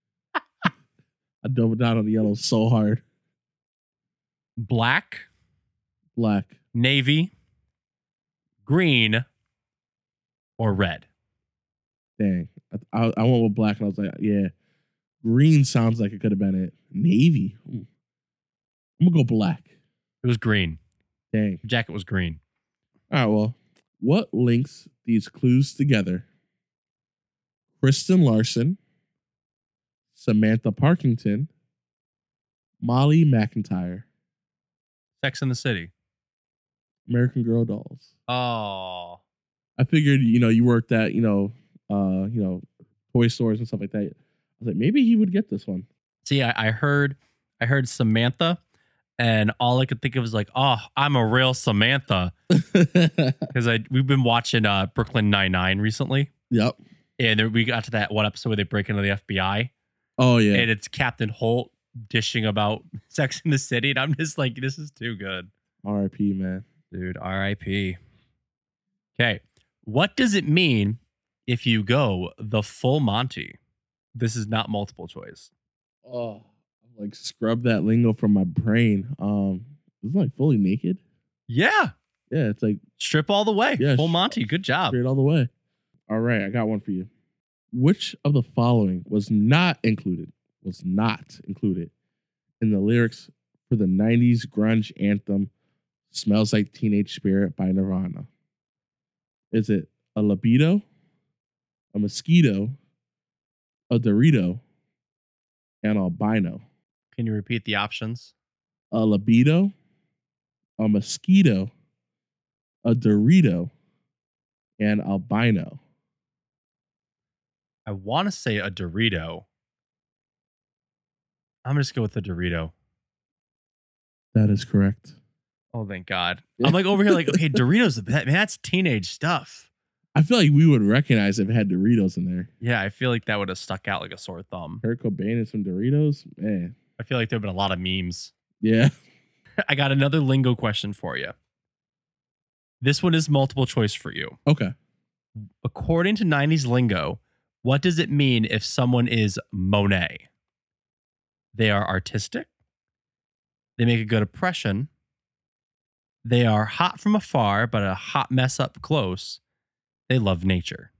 Speaker 2: *laughs*
Speaker 3: I doubled down on the yellow so hard.
Speaker 2: Black,
Speaker 3: Black.
Speaker 2: navy, green, or red.
Speaker 3: Dang. I, I, I went with black and I was like, yeah. Green sounds like it could have been it. Navy. Ooh. I'm gonna go black.
Speaker 2: It was green.
Speaker 3: Dang.
Speaker 2: Your jacket was green.
Speaker 3: All right, well, what links these clues together? Kristen Larson, Samantha Parkington, Molly McIntyre,
Speaker 2: Sex in the City.
Speaker 3: American Girl dolls.
Speaker 2: Oh,
Speaker 3: I figured, you know, you worked at, you know, uh, you know, toy stores and stuff like that. I was like, maybe he would get this one. *laughs*
Speaker 2: see, I, I heard, I heard Samantha, and all I could think of was like, oh, I'm a real Samantha because I we've been watching uh, Brooklyn Nine Nine recently,
Speaker 3: Yep.
Speaker 2: and there, we got to that one episode where they break into the FBI,
Speaker 3: Oh yeah.
Speaker 2: and it's Captain Holt dishing about *laughs* Sex in the City, and I'm just like, this is too good.
Speaker 3: R.I.P. Man.
Speaker 2: Dude, RIP. Okay. What does it mean if you go the full Monty? This is not multiple choice.
Speaker 3: Oh, I've, like scrub that lingo from my brain. Um, it's like fully naked.
Speaker 2: Yeah.
Speaker 3: Yeah, it's like
Speaker 2: Strip all the way.
Speaker 3: Yeah,
Speaker 2: full Monty. Good job.
Speaker 3: straight all the way. All right, I got one for you. Which of the following was not included? Was not included in the lyrics for the '90s grunge anthem "Smells Like Teenage Spirit" by Nirvana? Is it a libido, a mosquito, a Dorito, an albino?
Speaker 2: Can you repeat the options?
Speaker 3: a libido, a mosquito, a Dorito, and albino.
Speaker 2: I want to say a Dorito. I'm going to just go with the Dorito.
Speaker 3: That is correct.
Speaker 2: Oh, thank God. I'm like over here, like, okay, Doritos, that, man, that's teenage stuff.
Speaker 3: I feel like we would recognize if it had Doritos in there.
Speaker 2: Yeah, I feel like that would have stuck out like a sore thumb.
Speaker 3: Kurt Cobain and some Doritos, man.
Speaker 2: I feel like there have been a lot of memes.
Speaker 3: Yeah. *laughs*
Speaker 2: I got another lingo question for you. This one is multiple choice for you.
Speaker 3: Okay.
Speaker 2: According to 90s lingo, what does it mean if someone is Monet? They are artistic. They make a good impression. They are hot from afar, but a hot mess up close. They love nature.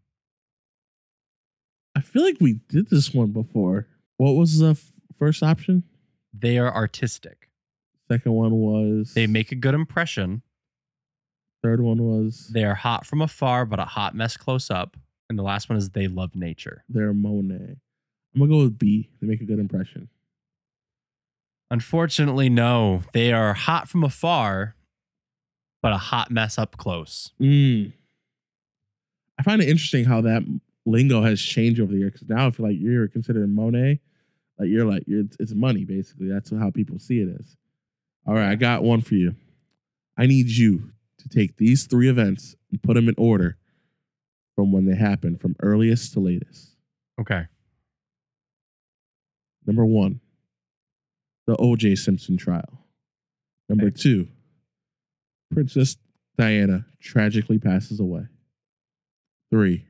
Speaker 3: I feel like we did this one before. What was the f- first option?
Speaker 2: They are artistic.
Speaker 3: Second one was
Speaker 2: They make a good impression.
Speaker 3: Third one was
Speaker 2: They are hot from afar, but a hot mess close up. And the last one is they love nature.
Speaker 3: they're Monet. I'm gonna go with B. They make a good impression.
Speaker 2: Unfortunately, no. They are hot from afar, but a hot mess up close.
Speaker 3: Mm. I find it interesting how that lingo has changed over the years. Because now, if like you're considered Monet, like you're like you're, it's money basically. That's how people see it as. All right, I got one for you. I need you to take these three events and put them in order from when they happen, from earliest to latest.
Speaker 2: Okay.
Speaker 3: Number one, the O.J. Simpson trial. Number two, Princess Diana tragically passes away. Three,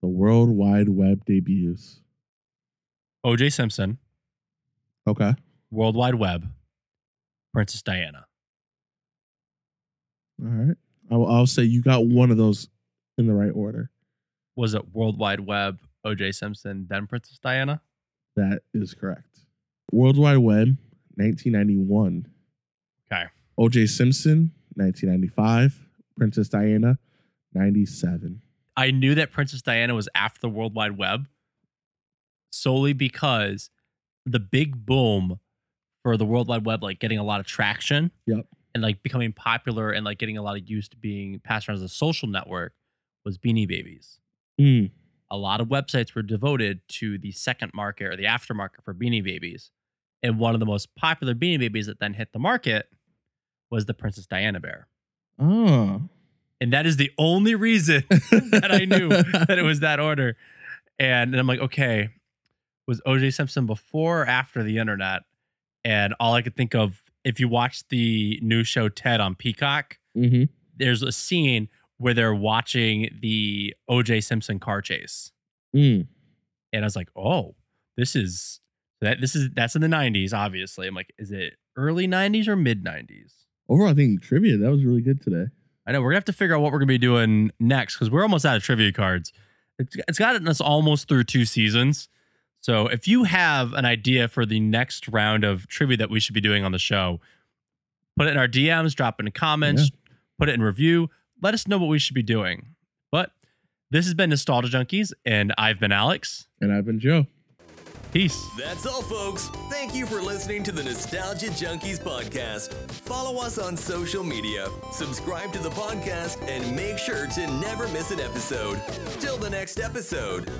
Speaker 3: the World Wide Web debuts.
Speaker 2: OJ Simpson,
Speaker 3: Okay.
Speaker 2: World Wide Web, Princess Diana.
Speaker 3: All right. I'll, I'll say you got one of those in the right order.
Speaker 2: Was it World Wide Web, OJ Simpson, then Princess Diana?
Speaker 3: That is correct. World Wide Web, 1991.
Speaker 2: Okay.
Speaker 3: O.J. Simpson, 1995. Princess Diana, 97.
Speaker 2: I knew that Princess Diana was after the World Wide Web solely because the big boom for the World Wide Web, like getting a lot of traction
Speaker 3: Yep.
Speaker 2: and like becoming popular and like getting a lot of use to being passed around as a social network was Beanie Babies.
Speaker 3: Mm.
Speaker 2: A lot of websites were devoted to the second market or the aftermarket for Beanie Babies. And one of the most popular Beanie Babies that then hit the market was the Princess Diana bear.
Speaker 3: Oh.
Speaker 2: And that is the only reason *laughs* that I knew that it was that order. And, and I'm like, okay, was OJ Simpson before or after the internet? And all I could think of, if you watch the new show Ted on Peacock,
Speaker 3: Mm-hmm.
Speaker 2: there's a scene where they're watching the OJ Simpson car chase.
Speaker 3: Mm.
Speaker 2: And I was like, oh, this is that this is that's in the 90s, obviously. I'm like, is it early 90s or mid 90s?
Speaker 3: Overall, I think trivia, that was really good today.
Speaker 2: I know we're gonna have to figure out what we're gonna be doing next because we're almost out of trivia cards. It's, it's gotten us almost through two seasons. So if you have an idea for the next round of trivia that we should be doing on the show, put it in our DMs, drop it in the comments, put it in review. Let us know what we should be doing. But this has been Nostalgia Junkies, and I've been Alex.
Speaker 3: And I've been Joe.
Speaker 2: Peace.
Speaker 1: That's all, folks. Thank you for listening to the Nostalgia Junkies podcast. Follow us on social media, subscribe to the podcast, and make sure to never miss an episode. Till the next episode.